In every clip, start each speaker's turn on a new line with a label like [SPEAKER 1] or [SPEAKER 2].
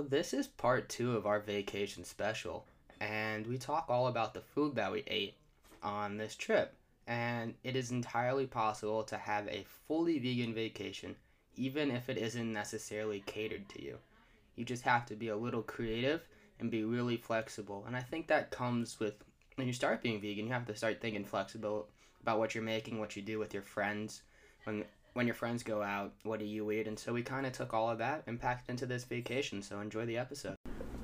[SPEAKER 1] this is part two of our vacation special, and we talk all about the food that we ate on this trip. And it is entirely possible to have a fully vegan vacation, even if it isn't necessarily catered to you. You just have to be a little creative and be really flexible. And I think that comes with when you start being vegan, you have to start thinking flexible about what you're making, what you do with your friends, when when your friends go out, what do you eat? And so we kind of took all of that and packed into this vacation. So enjoy the episode.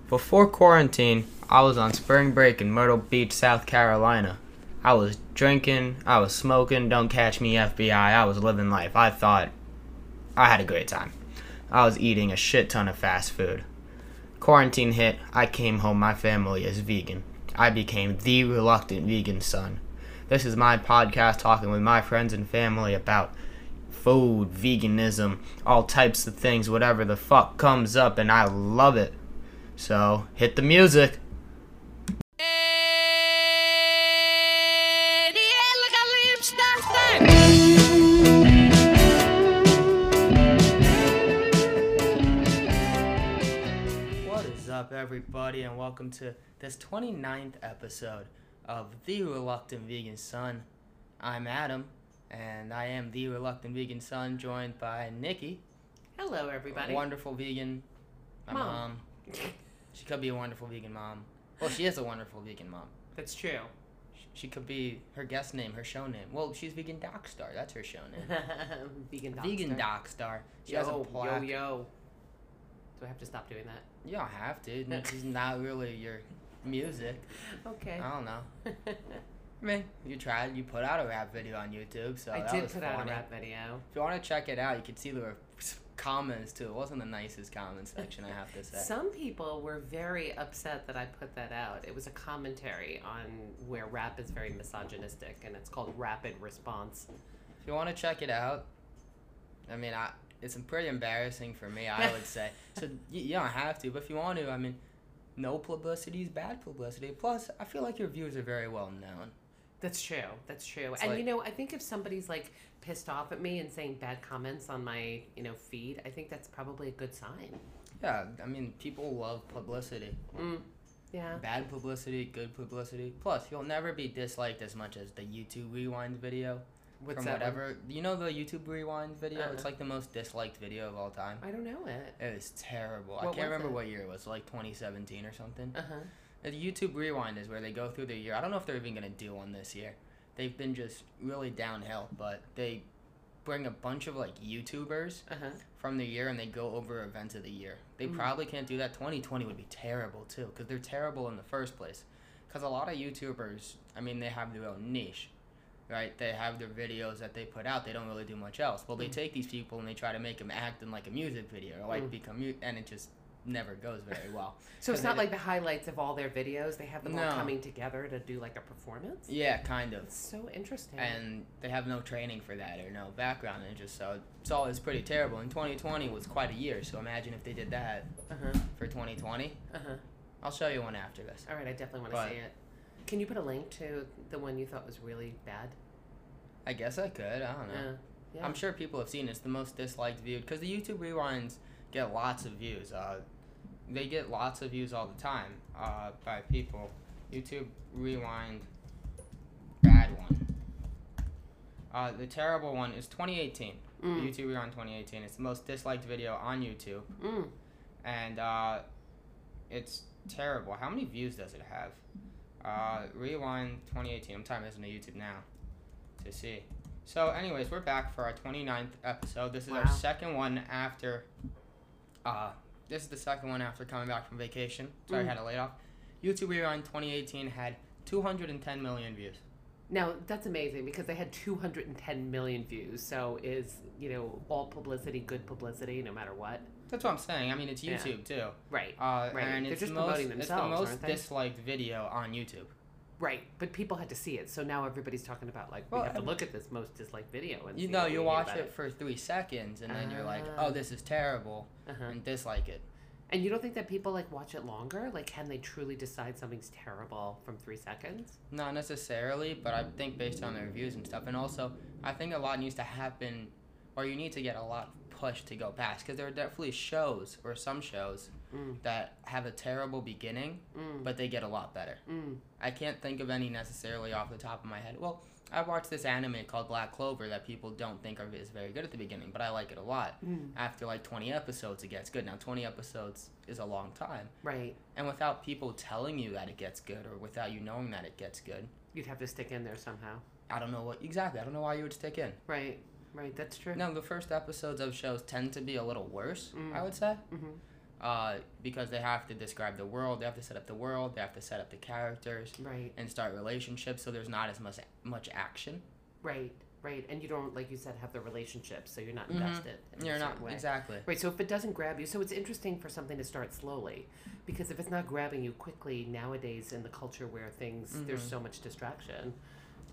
[SPEAKER 1] Before quarantine, I was on spring break in Myrtle Beach, South Carolina. I was drinking, I was smoking, don't catch me, FBI. I was living life. I thought I had a great time. I was eating a shit ton of fast food. Quarantine hit, I came home, my family is vegan. I became the reluctant vegan son. This is my podcast talking with my friends and family about food, veganism, all types of things, whatever the fuck comes up, and I love it. So, hit the music.
[SPEAKER 2] Eddie, look at Liam's nothing.
[SPEAKER 1] What is up, everybody, and welcome to this 29th episode of The Reluctant Vegan Son. I'm Adam, and I am The Reluctant Vegan Son, joined by Nikki,
[SPEAKER 3] Hello, everybody.
[SPEAKER 1] wonderful vegan, my mom.
[SPEAKER 3] Mom.
[SPEAKER 1] She could be a wonderful vegan mom. Well, she is a wonderful vegan mom.
[SPEAKER 3] That's true.
[SPEAKER 1] She could be her guest name, her show name. Well, she's vegan doc star. That's her show name.
[SPEAKER 3] vegan doctor.
[SPEAKER 1] vegan doc star. She has a
[SPEAKER 3] Yo, yo,
[SPEAKER 1] plaque.
[SPEAKER 3] yo. Do I have to stop doing that?
[SPEAKER 1] You don't have to. This is not really your music.
[SPEAKER 3] Okay.
[SPEAKER 1] I don't know. I mean, you tried. You put out a rap video on YouTube, so
[SPEAKER 3] I
[SPEAKER 1] that
[SPEAKER 3] did
[SPEAKER 1] was
[SPEAKER 3] put
[SPEAKER 1] funny.
[SPEAKER 3] out a rap video.
[SPEAKER 1] If you want to check it out, you can see there were comments too. It wasn't the nicest comment section, I have to say.
[SPEAKER 3] Some people were very upset that I put that out. It was a commentary on where rap is very misogynistic, and it's called Rapid Response.
[SPEAKER 1] If you want to check it out, I mean, I it's pretty embarrassing for me, I would say. So you, you don't have to, but if you want to, I mean, no publicity is bad publicity. Plus, I feel like your views are very well known.
[SPEAKER 3] That's true. That's true. and
[SPEAKER 1] like-
[SPEAKER 3] you know, I think if somebody's like pissed off at me and saying bad comments on my, you know, feed, I think that's probably a good sign.
[SPEAKER 1] Yeah, I mean, people love publicity.
[SPEAKER 3] Mm. Yeah.
[SPEAKER 1] Bad publicity, good publicity. Plus, you'll never be disliked as much as the YouTube Rewind video
[SPEAKER 3] What's
[SPEAKER 1] from
[SPEAKER 3] that? one?
[SPEAKER 1] whatever. You know the YouTube Rewind video? It's
[SPEAKER 3] Uh-uh.
[SPEAKER 1] like the most disliked video of all time.
[SPEAKER 3] I don't know it.
[SPEAKER 1] It is terrible. I
[SPEAKER 3] What
[SPEAKER 1] can't
[SPEAKER 3] was
[SPEAKER 1] remember
[SPEAKER 3] it?
[SPEAKER 1] what year it was, like 2017 or something.
[SPEAKER 3] Uh huh.
[SPEAKER 1] The YouTube Rewind is where they go through the year. I don't know if they're even gonna do one this year. They've been just really downhill, but they bring a bunch of like YouTubers
[SPEAKER 3] Uh huh.
[SPEAKER 1] from the year and they go over events of the year. They
[SPEAKER 3] Mhm.
[SPEAKER 1] probably can't do that. 2020 would be terrible too, because they're terrible in the first place. Because a lot of YouTubers, I mean, they have their own niche, right? They have their videos that they put out. They don't really do much else. Well, they
[SPEAKER 3] Mhm.
[SPEAKER 1] take these people and they try to make them act in like a music video, or like
[SPEAKER 3] Mm.
[SPEAKER 1] become, mu- and it just never goes very well.
[SPEAKER 3] So it's
[SPEAKER 1] Cause
[SPEAKER 3] not
[SPEAKER 1] they-
[SPEAKER 3] like the highlights of all their videos. They have them
[SPEAKER 1] No.
[SPEAKER 3] all coming together to do like a performance.
[SPEAKER 1] yeah, kind of.
[SPEAKER 3] It's so interesting.
[SPEAKER 1] and they have no training for that or no background and just so it's always pretty terrible and 2020 was quite a year so imagine if they did that
[SPEAKER 3] uh-huh.
[SPEAKER 1] for 2020
[SPEAKER 3] Uh-huh.
[SPEAKER 1] i'll show you one after this
[SPEAKER 3] All right, I definitely want
[SPEAKER 1] But-
[SPEAKER 3] to see it. Can you put a link to the one you thought was really bad?
[SPEAKER 1] i guess i could i don't know
[SPEAKER 3] Uh, yeah.
[SPEAKER 1] i'm sure people have seen it. it's the most disliked viewed because the youtube rewinds get lots of views uh, they get lots of views all the time uh, by people youtube rewind bad one uh, the terrible one is 2018
[SPEAKER 3] Mm.
[SPEAKER 1] youtube rewind 2018 it's the most disliked video on youtube
[SPEAKER 3] Mm.
[SPEAKER 1] and uh, it's terrible. How many views does it have? Uh, rewind 2018. I'm typing this into YouTube now to see. So, anyways, we're back for our 29th episode. This is our
[SPEAKER 3] Wow.
[SPEAKER 1] second one after. Uh, this is the second one after coming back from vacation. Sorry, I
[SPEAKER 3] Mm.
[SPEAKER 1] had a layoff. YouTube Rewind 2018 had 210 million views.
[SPEAKER 3] Now that's amazing because they had 210 million views. So is you know all publicity good publicity no matter what?
[SPEAKER 1] That's what I'm saying. I mean, it's
[SPEAKER 3] Yeah.
[SPEAKER 1] YouTube too.
[SPEAKER 3] Right,
[SPEAKER 1] Uh,
[SPEAKER 3] Right.
[SPEAKER 1] And
[SPEAKER 3] They're
[SPEAKER 1] it's
[SPEAKER 3] just
[SPEAKER 1] the most,
[SPEAKER 3] promoting themselves,
[SPEAKER 1] It's the most
[SPEAKER 3] aren't they?
[SPEAKER 1] disliked video on YouTube.
[SPEAKER 3] right. But people had to see it, so now everybody's talking about like
[SPEAKER 1] Well,
[SPEAKER 3] we have to
[SPEAKER 1] and-
[SPEAKER 3] look at this most disliked video and
[SPEAKER 1] You
[SPEAKER 3] see
[SPEAKER 1] know,
[SPEAKER 3] what
[SPEAKER 1] you
[SPEAKER 3] we do
[SPEAKER 1] watch
[SPEAKER 3] about
[SPEAKER 1] it for three seconds and then you're like,
[SPEAKER 3] Ah.
[SPEAKER 1] oh, this is terrible,
[SPEAKER 3] Uh-huh.
[SPEAKER 1] and dislike it.
[SPEAKER 3] And you don't think that people like watch it longer? Like, can they truly decide something's terrible from three seconds?
[SPEAKER 1] Not necessarily, but I think based on the reviews and stuff. And also, I think a lot needs to happen, or you need to get a lot pushed to go past, because there are definitely shows, or some shows,
[SPEAKER 3] Mm.
[SPEAKER 1] that have a terrible beginning,
[SPEAKER 3] Mm.
[SPEAKER 1] but they get a lot better.
[SPEAKER 3] Mm.
[SPEAKER 1] I can't think of any necessarily off the top of my head. Well, I watched this anime called Black Clover that people don't think are, is very good at the beginning, but I like it a lot.
[SPEAKER 3] Mm.
[SPEAKER 1] After like 20 episodes, it gets good. Now, 20 episodes is a long time.
[SPEAKER 3] Right.
[SPEAKER 1] And without people telling you that it gets good or without you knowing that it gets good,
[SPEAKER 3] You'd have to stick in there somehow.
[SPEAKER 1] I don't know what exactly. I don't know why you would stick in.
[SPEAKER 3] Right. Right. That's true.
[SPEAKER 1] Now, the first episodes of shows tend to be a little worse,
[SPEAKER 3] Mm.
[SPEAKER 1] I would say,
[SPEAKER 3] Mhm.
[SPEAKER 1] uh, because they have to describe the world, they have to set up the world, they have to set up the characters
[SPEAKER 3] Right.
[SPEAKER 1] and start relationships. So there's not as much much action.
[SPEAKER 3] Right. Right. And you don't, like you said, have the relationship, so you're not
[SPEAKER 1] Mhm.
[SPEAKER 3] invested. in a
[SPEAKER 1] You're not
[SPEAKER 3] certain way.
[SPEAKER 1] exactly.
[SPEAKER 3] Right. So if it doesn't grab you, so it's interesting for something to start slowly, because if it's not grabbing you quickly nowadays in the culture where things there's
[SPEAKER 1] Mhm.
[SPEAKER 3] so much distraction,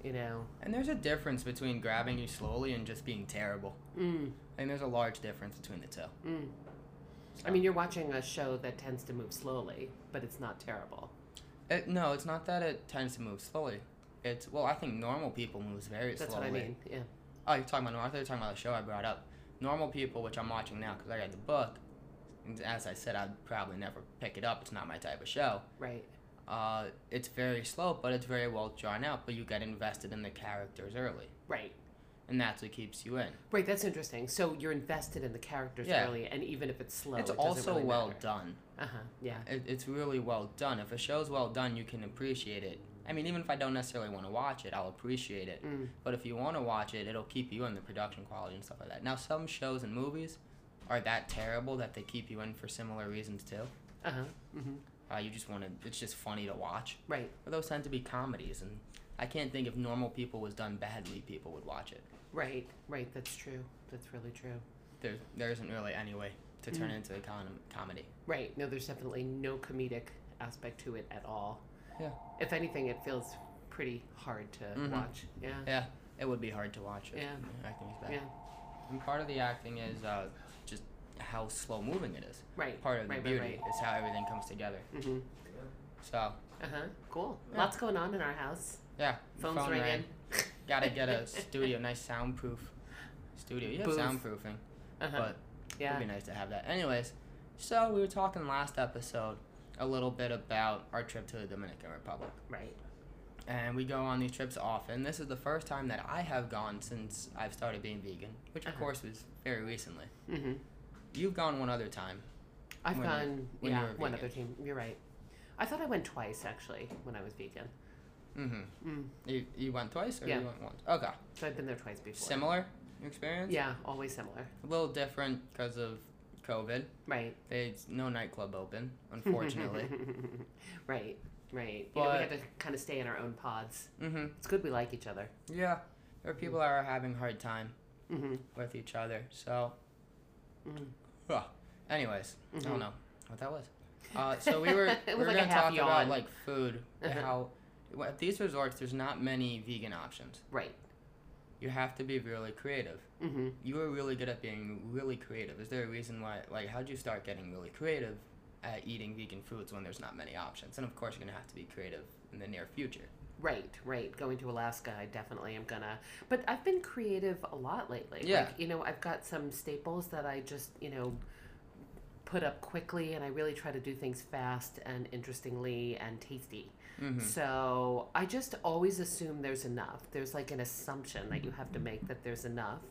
[SPEAKER 3] you know.
[SPEAKER 1] And there's a difference between grabbing you slowly and just being terrible.
[SPEAKER 3] Mm.
[SPEAKER 1] I mean, there's a large difference between the two.
[SPEAKER 3] Mm. I mean, you're watching a show that tends to move slowly, but it's not terrible.
[SPEAKER 1] It, no, it's not that it tends to move slowly. It's well, I think normal people moves very
[SPEAKER 3] That's
[SPEAKER 1] slowly.
[SPEAKER 3] what I mean. Yeah.
[SPEAKER 1] Oh, you're talking about normal. I thought you were talking about the show I brought up. Normal people, which I'm watching now because I read the book. And as I said, I'd probably never pick it up. It's not my type of show.
[SPEAKER 3] Right.
[SPEAKER 1] Uh, it's very slow, but it's very well drawn out. But you get invested in the characters early,
[SPEAKER 3] Right.
[SPEAKER 1] and that's what keeps you in.
[SPEAKER 3] Right. That's interesting. So you're invested in the characters
[SPEAKER 1] Yeah.
[SPEAKER 3] early, and even if it's slow,
[SPEAKER 1] it's
[SPEAKER 3] it doesn't
[SPEAKER 1] also
[SPEAKER 3] really
[SPEAKER 1] well
[SPEAKER 3] matter.
[SPEAKER 1] done.
[SPEAKER 3] Uh-huh. Yeah.
[SPEAKER 1] It, it's really well done. If a show's well done, you can appreciate it. I mean, even if I don't necessarily want to watch it, I'll appreciate it.
[SPEAKER 3] Mm.
[SPEAKER 1] But if you want to watch it, it'll keep you in the production quality and stuff like that. Now, some shows and movies are that terrible that they keep you in for similar reasons too.
[SPEAKER 3] Uh-huh. hmm
[SPEAKER 1] Uh, you just want to. It's just funny to watch.
[SPEAKER 3] Right.
[SPEAKER 1] But those tend to be comedies, and I can't think if normal people was done badly, people would watch it.
[SPEAKER 3] Right. Right. That's true. That's really true.
[SPEAKER 1] There, there isn't really any way to
[SPEAKER 3] Mm.
[SPEAKER 1] turn it into a com- comedy.
[SPEAKER 3] Right. No, there's definitely no comedic aspect to it at all.
[SPEAKER 1] Yeah.
[SPEAKER 3] If anything, it feels pretty hard to
[SPEAKER 1] Mhm.
[SPEAKER 3] watch. Yeah.
[SPEAKER 1] Yeah, it would be hard to watch. If
[SPEAKER 3] Yeah.
[SPEAKER 1] the acting is bad.
[SPEAKER 3] Yeah.
[SPEAKER 1] And part of the acting is uh, just how slow moving it is.
[SPEAKER 3] Right.
[SPEAKER 1] Part of
[SPEAKER 3] right,
[SPEAKER 1] the beauty
[SPEAKER 3] Right,
[SPEAKER 1] is how everything comes together.
[SPEAKER 3] right. hmm
[SPEAKER 1] So
[SPEAKER 3] Uh huh. Cool.
[SPEAKER 1] Yeah.
[SPEAKER 3] Lots going on in our house.
[SPEAKER 1] yeah,
[SPEAKER 3] Phone's
[SPEAKER 1] phone
[SPEAKER 3] ringing.
[SPEAKER 1] rang. Gotta get a studio, nice soundproof studio. You have
[SPEAKER 3] Booth.
[SPEAKER 1] soundproofing,
[SPEAKER 3] Uh-huh.
[SPEAKER 1] but
[SPEAKER 3] yeah.
[SPEAKER 1] it'd be nice to have that. Anyways, so we were talking last episode a little bit about our trip to the Dominican Republic,
[SPEAKER 3] Right.
[SPEAKER 1] and we go on these trips often. This is the first time that I have gone since I've started being vegan, which of
[SPEAKER 3] Uh-huh.
[SPEAKER 1] course was very recently.
[SPEAKER 3] Mm-hmm.
[SPEAKER 1] You've gone one other time.
[SPEAKER 3] I've
[SPEAKER 1] When you-
[SPEAKER 3] gone.
[SPEAKER 1] when you
[SPEAKER 3] yeah.
[SPEAKER 1] were
[SPEAKER 3] One
[SPEAKER 1] vegan.
[SPEAKER 3] other team. You're right. I thought I went twice actually when I was vegan.
[SPEAKER 1] Mm-hmm.
[SPEAKER 3] Mm.
[SPEAKER 1] You, you went twice or
[SPEAKER 3] Yeah.
[SPEAKER 1] you went once? Okay.
[SPEAKER 3] So I've been there twice before.
[SPEAKER 1] Similar experience?
[SPEAKER 3] Yeah. Always similar.
[SPEAKER 1] A little different because of COVID.
[SPEAKER 3] Right.
[SPEAKER 1] There's no nightclub open, unfortunately.
[SPEAKER 3] right. Right. you know, we
[SPEAKER 1] But-
[SPEAKER 3] had to kind of stay in our own pods.
[SPEAKER 1] mm-hmm.
[SPEAKER 3] It's good we like each other.
[SPEAKER 1] Yeah. There are
[SPEAKER 3] Hmm.
[SPEAKER 1] people that are having a hard time
[SPEAKER 3] Mm-hmm.
[SPEAKER 1] with each other. So,
[SPEAKER 3] Mm.
[SPEAKER 1] Ugh. anyways, Mm-hmm. I
[SPEAKER 3] Mhm.
[SPEAKER 1] don't know what that was. Uh, so we were,
[SPEAKER 3] It
[SPEAKER 1] we
[SPEAKER 3] was
[SPEAKER 1] were
[SPEAKER 3] like a
[SPEAKER 1] going to
[SPEAKER 3] half
[SPEAKER 1] talk about
[SPEAKER 3] yawn.
[SPEAKER 1] like food,
[SPEAKER 3] Uh-huh.
[SPEAKER 1] how well, at these resorts there's not many vegan options.
[SPEAKER 3] Right.
[SPEAKER 1] You have to be really creative.
[SPEAKER 3] Mm-hmm.
[SPEAKER 1] You were really good at being really creative. Is there a reason why? Like, how'd you start getting really creative at eating vegan foods when there's not many options? And of course, you're gonna have to be creative in the near future.
[SPEAKER 3] Right, right. Going to Alaska, I definitely am gonna. But I've been creative a lot lately.
[SPEAKER 1] Yeah.
[SPEAKER 3] Like, you know, I've got some staples that I just, you know, put up quickly, and I really try to do things fast and interestingly and tasty.
[SPEAKER 1] Mm-hmm.
[SPEAKER 3] So I just always assume there's enough. There's like an assumption that you have to make that there's enough.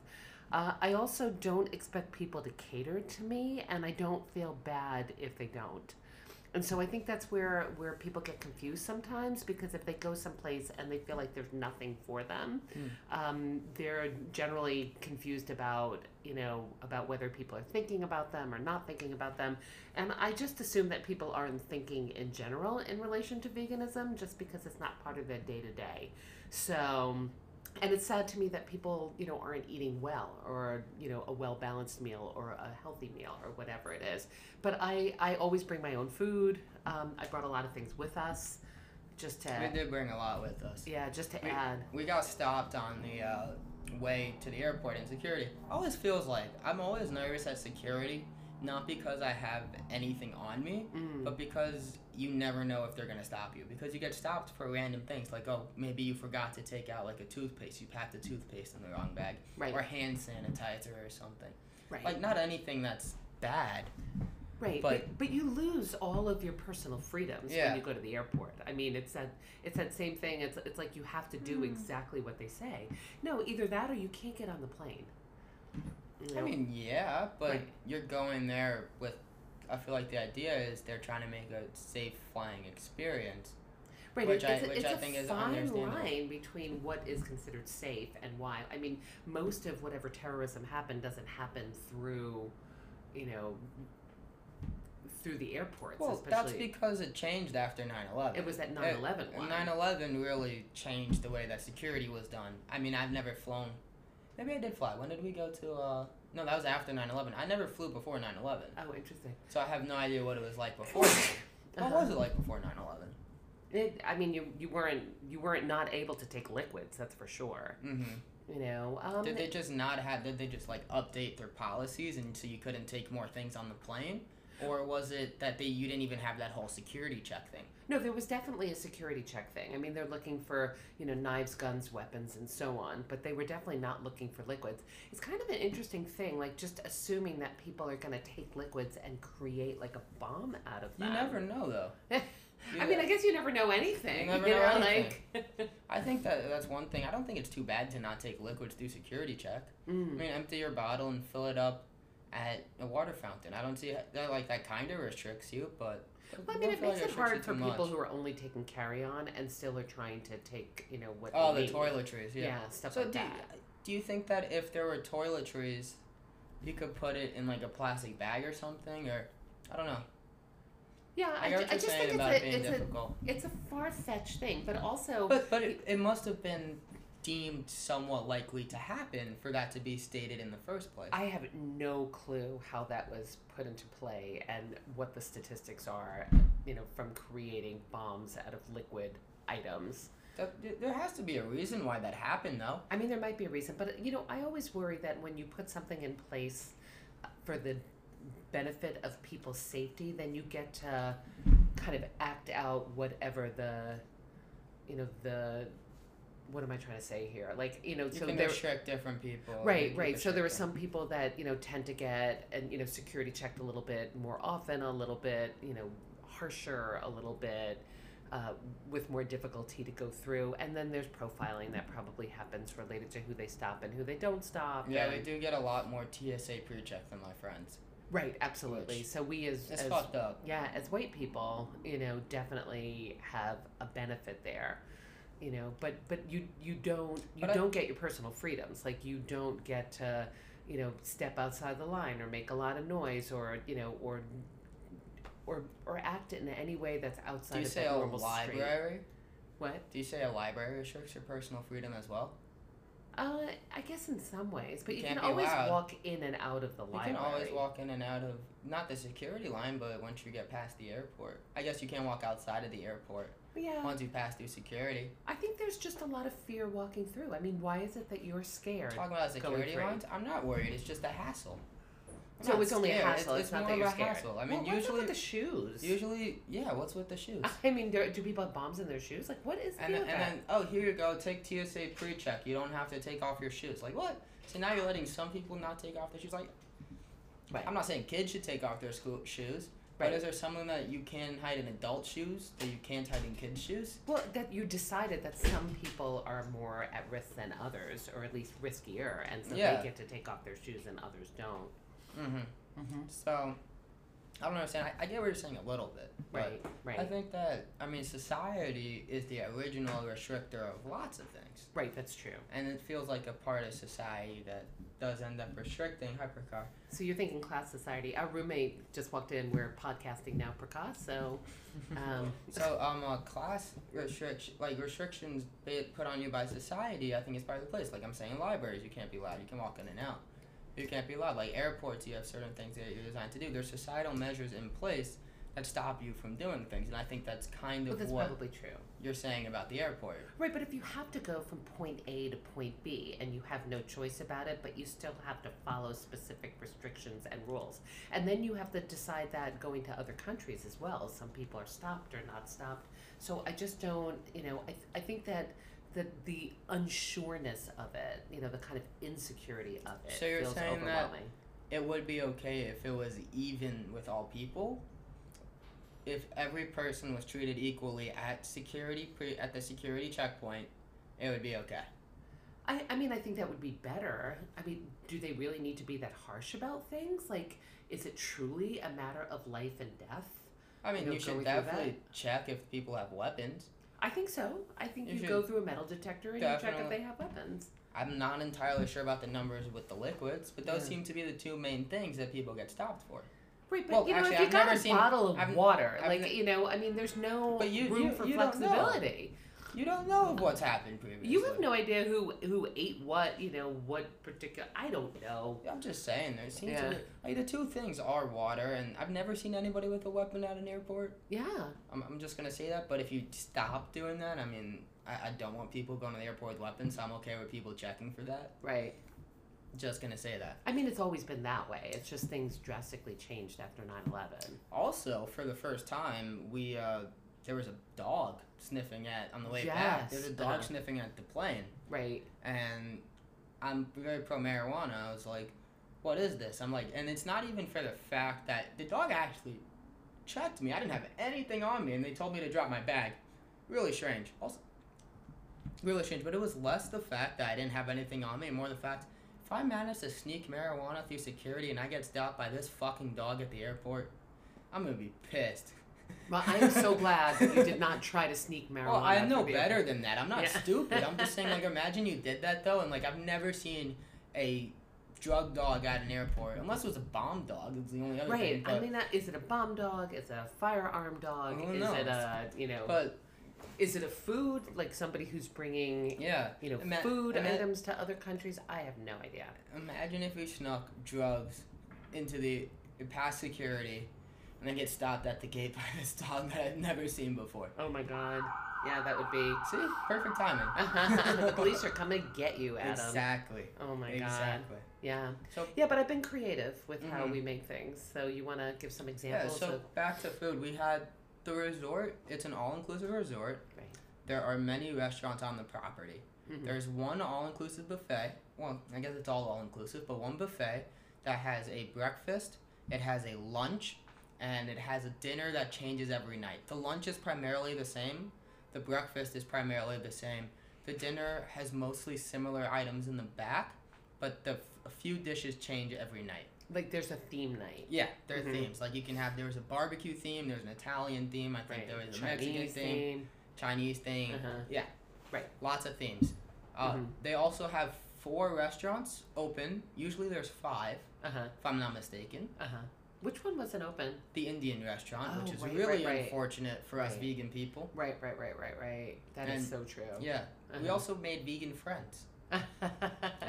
[SPEAKER 3] Uh, I also don't expect people to cater to me, and I don't feel bad if they don't. And so I think that's where where people get confused sometimes because if they go someplace and they feel like there's nothing for them, um, they're generally confused about you know about whether people are thinking about them or not thinking about them. And I just assume that people aren't thinking in general in relation to veganism just because it's not part of their day to day. So, and it's sad to me that people, you know, aren't eating well or, you know, a well balanced meal or a healthy meal or whatever it is. But I, I always bring my own food. Um, I brought a lot of things with us just
[SPEAKER 1] We
[SPEAKER 3] to,
[SPEAKER 1] did bring a lot with us.
[SPEAKER 3] yeah, just to
[SPEAKER 1] We-
[SPEAKER 3] add.
[SPEAKER 1] We got stopped on the uh, way to the airport in security. Always feels like I'm always nervous at security, not because I have anything on me,
[SPEAKER 3] Mm,
[SPEAKER 1] but because you never know if they're gonna stop you. Because you get stopped for random things like, oh, maybe you forgot to take out like a toothpaste. You packed a toothpaste in the wrong bag,
[SPEAKER 3] right,
[SPEAKER 1] or hand sanitizer or something.
[SPEAKER 3] right,
[SPEAKER 1] Like not anything that's bad,
[SPEAKER 3] Right, but,
[SPEAKER 1] But-
[SPEAKER 3] but you lose all of your personal freedoms
[SPEAKER 1] Yeah.
[SPEAKER 3] when you go to the airport. I mean, it's that it's that same thing. It's it's like you have to
[SPEAKER 1] Hmm.
[SPEAKER 3] do exactly what they say. No, either that or you can't get on the plane. You
[SPEAKER 1] I
[SPEAKER 3] know?
[SPEAKER 1] mean, yeah, but
[SPEAKER 3] Right.
[SPEAKER 1] you're going there with. I feel like the idea is they're trying to make a safe flying experience.
[SPEAKER 3] Right,
[SPEAKER 1] which
[SPEAKER 3] it's,
[SPEAKER 1] I-
[SPEAKER 3] a-
[SPEAKER 1] which
[SPEAKER 3] it's
[SPEAKER 1] I
[SPEAKER 3] a
[SPEAKER 1] think is
[SPEAKER 3] fine
[SPEAKER 1] understandable.
[SPEAKER 3] line between what is considered safe and why. I mean, most of whatever terrorism happened doesn't happen through, you know, through the airports.
[SPEAKER 1] Well, that's
[SPEAKER 3] especially
[SPEAKER 1] because it changed after 9 11.
[SPEAKER 3] it was that 9/11 one.
[SPEAKER 1] 9 11 really changed the way that security was done. I mean, I've never flown. Maybe I did fly. When did we go to. Uh, no, that was after 9 11. I never flew before 9 11.
[SPEAKER 3] oh, interesting.
[SPEAKER 1] So I have no idea what it was like before. What
[SPEAKER 3] Uh-huh.
[SPEAKER 1] was it like before 9 11?
[SPEAKER 3] It, I mean, you you weren't you weren't not able to take liquids. That's for sure.
[SPEAKER 1] Mm-hmm.
[SPEAKER 3] You know. Um,
[SPEAKER 1] Did they just not have? Did they just like update their policies and so you couldn't take more things on the plane, or was it that they you didn't even have that whole security check thing?
[SPEAKER 3] No, there was definitely a security check thing. I mean, they're looking for, you know, knives, guns, weapons, and so on, but they were definitely not looking for liquids. It's kind of an interesting thing, like just assuming that people are going to take liquids and create like a bomb out of
[SPEAKER 1] You
[SPEAKER 3] them.
[SPEAKER 1] never know though.
[SPEAKER 3] I mean, I guess you never know anything.
[SPEAKER 1] You never
[SPEAKER 3] you
[SPEAKER 1] know
[SPEAKER 3] know,
[SPEAKER 1] anything.
[SPEAKER 3] like.
[SPEAKER 1] I think that that's one thing. I don't think it's too bad to not take liquids through security check. I
[SPEAKER 3] Mm.
[SPEAKER 1] mean, empty your bottle and fill it up at a water fountain. I don't see h- that like that kind of restricts you, but
[SPEAKER 3] Well, I mean, it makes it hard for people who are only taking carry on and still are trying to take, you know, what.
[SPEAKER 1] oh the
[SPEAKER 3] they need.
[SPEAKER 1] toiletries.
[SPEAKER 3] Yeah, stuff
[SPEAKER 1] So
[SPEAKER 3] like
[SPEAKER 1] do you,
[SPEAKER 3] that.
[SPEAKER 1] do you think that if there were toiletries, you could put it in like a plastic bag or something, or I don't know.
[SPEAKER 3] Yeah, I,
[SPEAKER 1] I
[SPEAKER 3] ju-
[SPEAKER 1] get what you're
[SPEAKER 3] I just
[SPEAKER 1] saying
[SPEAKER 3] think it's
[SPEAKER 1] about it
[SPEAKER 3] a, Oh.
[SPEAKER 1] being
[SPEAKER 3] it's a
[SPEAKER 1] difficult,
[SPEAKER 3] it's a far fetched thing, but also.
[SPEAKER 1] but but it, it must have been deemed somewhat likely to happen for that to be stated in the first place.
[SPEAKER 3] I have no clue how that was put into play and what the statistics are, you know, from creating bombs out of liquid items.
[SPEAKER 1] That- there- there has to be a reason why that happened, though.
[SPEAKER 3] I mean, there might be a reason, but you know, I always worry that when you put something in place uh, for the benefit of people's safety, then you get to kind of act out whatever the, you know, the, what am I trying to say here? Like, you know,
[SPEAKER 1] You
[SPEAKER 3] so
[SPEAKER 1] can
[SPEAKER 3] there,
[SPEAKER 1] restrict different people. you
[SPEAKER 3] Right,
[SPEAKER 1] can
[SPEAKER 3] right. So there were
[SPEAKER 1] restrict
[SPEAKER 3] some people that you know tend to get and you know security checked a little bit more often, a little bit you know harsher, a little bit uh, with more difficulty to go through. And then there's profiling that probably happens related to who they stop and who they don't stop.
[SPEAKER 1] them. Yeah, we
[SPEAKER 3] and-
[SPEAKER 1] do get a lot more TSA pre-check than my friends.
[SPEAKER 3] right, absolutely.
[SPEAKER 1] Which-
[SPEAKER 3] So we as,
[SPEAKER 1] It's
[SPEAKER 3] as
[SPEAKER 1] fucked up.
[SPEAKER 3] yeah, as white people, you know, definitely have a benefit there. You know, but but you you don't you
[SPEAKER 1] But I-
[SPEAKER 3] don't get your personal freedoms. Like you don't get to, you know, step outside the line or make a lot of noise or you know or or or act in any way that's outside
[SPEAKER 1] Do you
[SPEAKER 3] of
[SPEAKER 1] say
[SPEAKER 3] that
[SPEAKER 1] a
[SPEAKER 3] normal street.
[SPEAKER 1] library?
[SPEAKER 3] What?
[SPEAKER 1] Do you say a library restricts your personal freedom as well?
[SPEAKER 3] Uh, I guess in some ways, but
[SPEAKER 1] You
[SPEAKER 3] you,
[SPEAKER 1] can't
[SPEAKER 3] can
[SPEAKER 1] be
[SPEAKER 3] always
[SPEAKER 1] loud.
[SPEAKER 3] walk in and out of the
[SPEAKER 1] You
[SPEAKER 3] library.
[SPEAKER 1] can always walk in and out of not the security line, but once you get past the airport, I guess you can walk outside of the airport
[SPEAKER 3] Yeah.
[SPEAKER 1] once you pass through security.
[SPEAKER 3] I think there's just a lot of fear walking through. I mean, why is it that you're scared?
[SPEAKER 1] Talking about security
[SPEAKER 3] through.
[SPEAKER 1] lines, I'm not worried. It's just a hassle. I'm
[SPEAKER 3] So
[SPEAKER 1] not
[SPEAKER 3] it's only a
[SPEAKER 1] scared,
[SPEAKER 3] hassle, it's not
[SPEAKER 1] more
[SPEAKER 3] that you're
[SPEAKER 1] of a
[SPEAKER 3] scared.
[SPEAKER 1] hassle. I mean,
[SPEAKER 3] well, what's up
[SPEAKER 1] usually,
[SPEAKER 3] with the shoes.
[SPEAKER 1] usually, yeah. What's with the shoes?
[SPEAKER 3] I mean, do, do people have bombs in their shoes? Like, what is the
[SPEAKER 1] And then,
[SPEAKER 3] deal with
[SPEAKER 1] and
[SPEAKER 3] that?
[SPEAKER 1] then, oh, here you go. Take TSA pre-check. You don't have to take off your shoes. Like what? So now you're letting some people not take off their shoes. Like,
[SPEAKER 3] Right.
[SPEAKER 1] I'm not saying kids should take off their school shoes.
[SPEAKER 3] Right.
[SPEAKER 1] But is there something that you can hide in adult shoes that you can't hide in kids' shoes?
[SPEAKER 3] Well, that you decided that some people are more at risk than others, or at least riskier, and so
[SPEAKER 1] Yeah.
[SPEAKER 3] they get to take off their shoes and others don't.
[SPEAKER 1] Mm-hmm.
[SPEAKER 3] Mhm.
[SPEAKER 1] So, I don't understand. I, I get what you're saying a little bit. but
[SPEAKER 3] Right, right,
[SPEAKER 1] I think that I mean society is the original restrictor of lots of things,
[SPEAKER 3] right. That's true.
[SPEAKER 1] and it feels like a part of society that does end up restricting hypercar.
[SPEAKER 3] So you're thinking class society. Our roommate just walked in. We're podcasting now, Prakash. So, um,
[SPEAKER 1] So um, uh, class restriction, like restrictions be- put on you by society, I think is part of the place. Like I'm saying, libraries, you can't be loud. You can walk in and out. You can't be loud. Like airports, you have certain things that you're designed to do. There's societal measures in place that stop you from doing things, and I think that's kind
[SPEAKER 3] but
[SPEAKER 1] of
[SPEAKER 3] that's
[SPEAKER 1] what
[SPEAKER 3] probably true.
[SPEAKER 1] you're saying about the airport.
[SPEAKER 3] Right, but if you have to go from point A to point B and you have no choice about it, but you still have to follow specific restrictions and rules, and then you have to decide that going to other countries as well. Some people are stopped or not stopped. So I just don't, you know, I, I think that the, the unsureness of it, you know, the kind of insecurity of it
[SPEAKER 1] So you're
[SPEAKER 3] feels
[SPEAKER 1] saying that
[SPEAKER 3] overwhelming.
[SPEAKER 1] it would be okay if it was even with all people. If every person was treated equally at security pre- at the security checkpoint, it would be okay.
[SPEAKER 3] I, I mean, I think that would be better. I mean, do they really need to be that harsh about things? Like, is it truly a matter of life and death?
[SPEAKER 1] I mean,
[SPEAKER 3] You'll
[SPEAKER 1] you
[SPEAKER 3] go
[SPEAKER 1] should
[SPEAKER 3] with your
[SPEAKER 1] definitely check if people have weapons.
[SPEAKER 3] I think so. I think
[SPEAKER 1] You
[SPEAKER 3] you,
[SPEAKER 1] should
[SPEAKER 3] go through a metal detector and you check if
[SPEAKER 1] definitely-
[SPEAKER 3] they have weapons.
[SPEAKER 1] I'm not entirely sure about the numbers with the liquids, but those
[SPEAKER 3] Yeah.
[SPEAKER 1] seem to be the two main things that people get stopped for.
[SPEAKER 3] Right, but
[SPEAKER 1] Well,
[SPEAKER 3] you know,
[SPEAKER 1] actually,
[SPEAKER 3] if you
[SPEAKER 1] I've
[SPEAKER 3] got
[SPEAKER 1] never
[SPEAKER 3] a
[SPEAKER 1] seen-
[SPEAKER 3] bottle of
[SPEAKER 1] I've-
[SPEAKER 3] water,
[SPEAKER 1] I've
[SPEAKER 3] like
[SPEAKER 1] ne-
[SPEAKER 3] you know, I mean, there's no
[SPEAKER 1] But you-
[SPEAKER 3] room
[SPEAKER 1] you-
[SPEAKER 3] for
[SPEAKER 1] you don't know.
[SPEAKER 3] flexibility.
[SPEAKER 1] You don't know of what's happened previously.
[SPEAKER 3] You have no idea who who ate what, you know, what particular. I don't know.
[SPEAKER 1] I'm just saying, there seems
[SPEAKER 3] Yeah.
[SPEAKER 1] to be, like the two things are water, and I've never seen anybody with a weapon at an airport.
[SPEAKER 3] Yeah,
[SPEAKER 1] I'm, I'm just gonna say that, but if you stop doing that, I mean, I, I don't want people going to the airport with weapons, so I'm okay with people checking for that.
[SPEAKER 3] right.
[SPEAKER 1] Just gonna say that.
[SPEAKER 3] I mean, it's always been that way. It's just things drastically changed after 9-11.
[SPEAKER 1] Also, for the first time, we uh, there was a dog sniffing at on the way back. There's a
[SPEAKER 3] Yes,
[SPEAKER 1] dog
[SPEAKER 3] uh-huh.
[SPEAKER 1] sniffing at the plane.
[SPEAKER 3] Right.
[SPEAKER 1] and I'm very pro marijuana. I was like, what is this? I'm like, and it's not even for the fact that the dog actually checked me. I didn't have anything on me, and they told me to drop my bag. Really strange. Also, really strange, but it was less the fact that I didn't have anything on me, and more the fact if I manage to sneak marijuana through security and I get stopped by this fucking dog at the airport, I'm gonna be pissed.
[SPEAKER 3] Well, I am so glad that you did not try to sneak marijuana.
[SPEAKER 1] Well, I know
[SPEAKER 3] through the-
[SPEAKER 1] better than that. I'm not
[SPEAKER 3] Yeah.
[SPEAKER 1] stupid. I'm just saying, like, imagine you did that though, and like, I've never seen a drug dog at an airport, unless it was a bomb dog. It's the only other
[SPEAKER 3] Right.
[SPEAKER 1] thing. But,
[SPEAKER 3] I mean, that, is it a bomb dog? Is it a firearm dog?
[SPEAKER 1] Who
[SPEAKER 3] Is
[SPEAKER 1] knows?
[SPEAKER 3] it a you know?
[SPEAKER 1] but
[SPEAKER 3] is it a food like somebody who's bringing
[SPEAKER 1] yeah,
[SPEAKER 3] you know
[SPEAKER 1] Ima-
[SPEAKER 3] food
[SPEAKER 1] ima-
[SPEAKER 3] items to other countries? I have no idea.
[SPEAKER 1] imagine if we snuck drugs into the past security, and then get stopped at the gate by this dog that I've never seen before.
[SPEAKER 3] Oh my god. Yeah, that would be.
[SPEAKER 1] See, perfect timing.
[SPEAKER 3] the police are coming to get you, Adam.
[SPEAKER 1] Exactly.
[SPEAKER 3] Oh my god.
[SPEAKER 1] exactly.
[SPEAKER 3] Yeah.
[SPEAKER 1] So-
[SPEAKER 3] yeah, but I've been creative with how
[SPEAKER 1] Mhm.
[SPEAKER 3] we make things. So you want to give some
[SPEAKER 1] Yeah,
[SPEAKER 3] examples?
[SPEAKER 1] so
[SPEAKER 3] of,
[SPEAKER 1] back to food. We had the resort. It's an all-inclusive resort.
[SPEAKER 3] Right.
[SPEAKER 1] There are many restaurants on the property.
[SPEAKER 3] Mhm.
[SPEAKER 1] There's one all-inclusive buffet. Well, I guess it's all all-inclusive, but one buffet that has a breakfast, it has a lunch, and it has a dinner that changes every night. The lunch is primarily the same. The breakfast is primarily the same. The dinner has mostly similar items in the back, but the f- a few dishes change every night.
[SPEAKER 3] like there's a theme night.
[SPEAKER 1] Yeah, there are
[SPEAKER 3] Mhm.
[SPEAKER 1] themes. Like you can have there was a barbecue theme, there's an Italian theme, I think
[SPEAKER 3] Right.
[SPEAKER 1] there was a Mexican
[SPEAKER 3] Chinese
[SPEAKER 1] theme,
[SPEAKER 3] theme.
[SPEAKER 1] Chinese theme.
[SPEAKER 3] Uh-huh.
[SPEAKER 1] Yeah.
[SPEAKER 3] Right.
[SPEAKER 1] Lots of themes. Uh,
[SPEAKER 3] Mhm.
[SPEAKER 1] They also have four restaurants open. Usually there's five,
[SPEAKER 3] Uh huh.
[SPEAKER 1] if I'm not mistaken.
[SPEAKER 3] Uh huh. Which one wasn't open?
[SPEAKER 1] The Indian restaurant, which
[SPEAKER 3] Oh,
[SPEAKER 1] is
[SPEAKER 3] right,
[SPEAKER 1] really
[SPEAKER 3] right, right.
[SPEAKER 1] unfortunate for us
[SPEAKER 3] Right.
[SPEAKER 1] vegan people.
[SPEAKER 3] Right, right, right, right, right. That is so true.
[SPEAKER 1] Yeah. We
[SPEAKER 3] Uh-huh.
[SPEAKER 1] also made vegan friends. And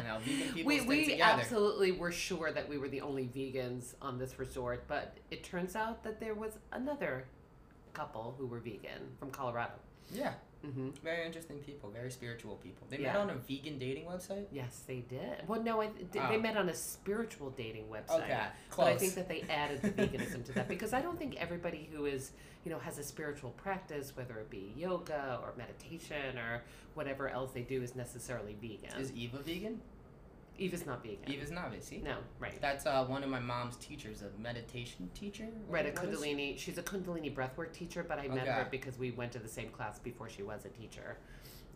[SPEAKER 1] now vegan people
[SPEAKER 3] we
[SPEAKER 1] stick
[SPEAKER 3] we
[SPEAKER 1] together.
[SPEAKER 3] absolutely were sure that we were the only vegans on this resort, but it turns out that there was another couple who were vegan from Colorado.
[SPEAKER 1] Yeah.
[SPEAKER 3] Mm-hmm.
[SPEAKER 1] Very interesting people, very spiritual people. They met
[SPEAKER 3] Yeah.
[SPEAKER 1] on a vegan dating website.
[SPEAKER 3] Yes, they did. Well, no, I, th- they
[SPEAKER 1] Oh.
[SPEAKER 3] met on a spiritual dating website.
[SPEAKER 1] Okay. Close.
[SPEAKER 3] But I think that they added the veganism to that because I don't think everybody who is, you know, has a spiritual practice, whether it be yoga or meditation or whatever else they do, is necessarily vegan.
[SPEAKER 1] Is Eva vegan?
[SPEAKER 3] Eve is not vegan.
[SPEAKER 1] Eva's not, is she?
[SPEAKER 3] No, right.
[SPEAKER 1] That's uh, one of my mom's teachers, a meditation teacher. What-
[SPEAKER 3] Right, a
[SPEAKER 1] what is-
[SPEAKER 3] Kundalini. She's a Kundalini breathwork teacher, but I met
[SPEAKER 1] Okay.
[SPEAKER 3] her because we went to the same class before she was a teacher.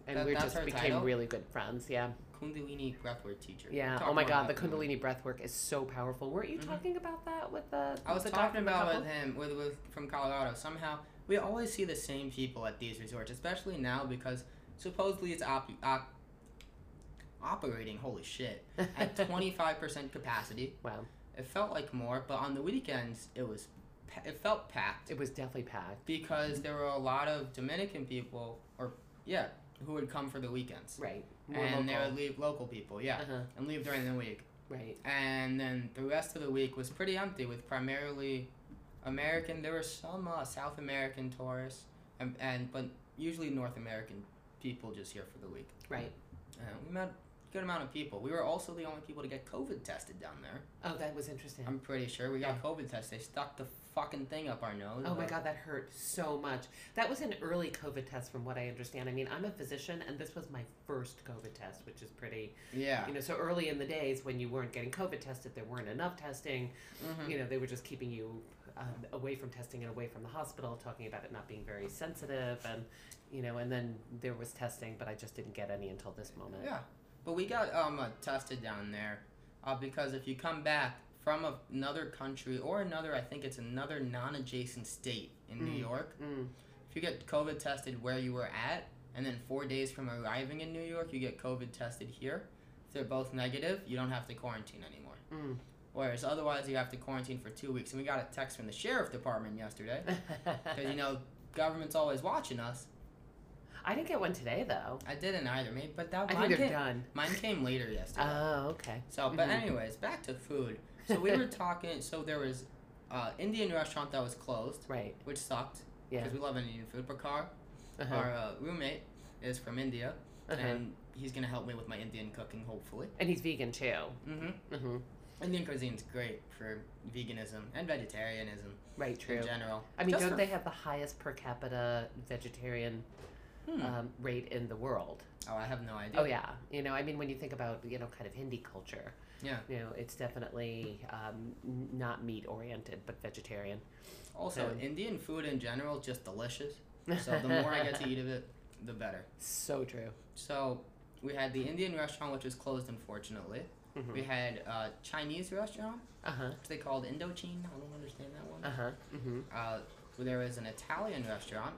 [SPEAKER 3] And
[SPEAKER 1] That-
[SPEAKER 3] we
[SPEAKER 1] that's
[SPEAKER 3] just
[SPEAKER 1] her
[SPEAKER 3] became
[SPEAKER 1] title?
[SPEAKER 3] really good friends. Yeah.
[SPEAKER 1] Kundalini breathwork teacher.
[SPEAKER 3] Yeah.
[SPEAKER 1] Talk
[SPEAKER 3] oh my
[SPEAKER 1] more
[SPEAKER 3] God,
[SPEAKER 1] about
[SPEAKER 3] the
[SPEAKER 1] that.
[SPEAKER 3] Kundalini breathwork is so powerful. Weren't you
[SPEAKER 1] Mhm.
[SPEAKER 3] talking about that with the.
[SPEAKER 1] I was
[SPEAKER 3] the
[SPEAKER 1] talking
[SPEAKER 3] document
[SPEAKER 1] about
[SPEAKER 3] couple?
[SPEAKER 1] with him with, with from Colorado. Somehow we always see the same people at these resorts, especially now because supposedly it's op- op- operating. Holy shit! At twenty five percent capacity.
[SPEAKER 3] Wow.
[SPEAKER 1] It felt like more, but on the weekends it was pa- it felt packed
[SPEAKER 3] It was definitely packed.
[SPEAKER 1] because there were a lot of Dominican people or yeah who would come for the weekends.
[SPEAKER 3] Right. More
[SPEAKER 1] and they
[SPEAKER 3] local.
[SPEAKER 1] would leave local people, yeah,
[SPEAKER 3] Uh-huh.
[SPEAKER 1] and leave during the week.
[SPEAKER 3] Right.
[SPEAKER 1] And then the rest of the week was pretty empty with primarily American. There were some uh, South American tourists, and, and but usually North American people just here for the week.
[SPEAKER 3] Right.
[SPEAKER 1] And we met good amount of people. We were also the only people to get COVID tested down there.
[SPEAKER 3] Oh, that was interesting.
[SPEAKER 1] I'm pretty sure we got COVID tests. They stuck the fucking thing up our nose.
[SPEAKER 3] Oh my
[SPEAKER 1] but-
[SPEAKER 3] God, that hurt so much. That was an early COVID test, from what I understand. I mean, I'm a physician, and this was my first COVID test, which is pretty,
[SPEAKER 1] Yeah.
[SPEAKER 3] you know, so early in the days when you weren't getting COVID tested, there weren't enough testing.
[SPEAKER 1] Mhm.
[SPEAKER 3] You know, they were just keeping you um, away from testing and away from the hospital, talking about it not being very sensitive. And, you know, and then there was testing, but I just didn't get any until this moment.
[SPEAKER 1] Yeah, but we got um uh, tested down there, uh, because if you come back from a, another country or another, I think it's another non-adjacent state in New
[SPEAKER 3] Mm.
[SPEAKER 1] York,
[SPEAKER 3] Mm.
[SPEAKER 1] if you get COVID tested where you were at, and then four days from arriving in New York, you get COVID tested here. If they're both negative, you don't have to quarantine anymore.
[SPEAKER 3] Mm.
[SPEAKER 1] Whereas otherwise, you have to quarantine for two weeks. And we got a text from the sheriff department yesterday because you know government's always watching us.
[SPEAKER 3] I didn't get one today, though.
[SPEAKER 1] I didn't either, mate. But that
[SPEAKER 3] I
[SPEAKER 1] mine
[SPEAKER 3] think they're
[SPEAKER 1] came,
[SPEAKER 3] done.
[SPEAKER 1] mine came later yesterday.
[SPEAKER 3] Oh, okay.
[SPEAKER 1] So, but
[SPEAKER 3] Mhm.
[SPEAKER 1] anyways, back to food. So we were talking. So there was uh, Indian restaurant that was closed,
[SPEAKER 3] Right.
[SPEAKER 1] which sucked
[SPEAKER 3] Yeah.
[SPEAKER 1] because we love Indian food. Prakar,
[SPEAKER 3] Uh-huh.
[SPEAKER 1] our uh, roommate, is from India,
[SPEAKER 3] Uh-huh.
[SPEAKER 1] and he's gonna help me with my Indian cooking, hopefully.
[SPEAKER 3] And he's vegan too.
[SPEAKER 1] hmm
[SPEAKER 3] hmm
[SPEAKER 1] Indian cuisine's great for veganism and vegetarianism
[SPEAKER 3] Right, true.
[SPEAKER 1] in general.
[SPEAKER 3] I mean,
[SPEAKER 1] Just
[SPEAKER 3] don't
[SPEAKER 1] for-
[SPEAKER 3] they have the highest per capita vegetarian
[SPEAKER 1] Hmm.
[SPEAKER 3] um, rate in the world?
[SPEAKER 1] Oh, I have no idea.
[SPEAKER 3] Oh yeah, you know, I mean, when you think about you know, kind of Hindi culture,
[SPEAKER 1] Yeah.
[SPEAKER 3] you know, it's definitely um, n- not meat oriented, but vegetarian.
[SPEAKER 1] Also,
[SPEAKER 3] Um,
[SPEAKER 1] Indian food in general just delicious. So the more I get to eat of it, the better.
[SPEAKER 3] so true.
[SPEAKER 1] So we had the Indian restaurant, which was closed unfortunately. We
[SPEAKER 3] Hmm.
[SPEAKER 1] had a Chinese restaurant,
[SPEAKER 3] Uh huh.
[SPEAKER 1] which they called Indochine. I don't understand that one.
[SPEAKER 3] Uh huh. hmm
[SPEAKER 1] Uh, there was an Italian restaurant,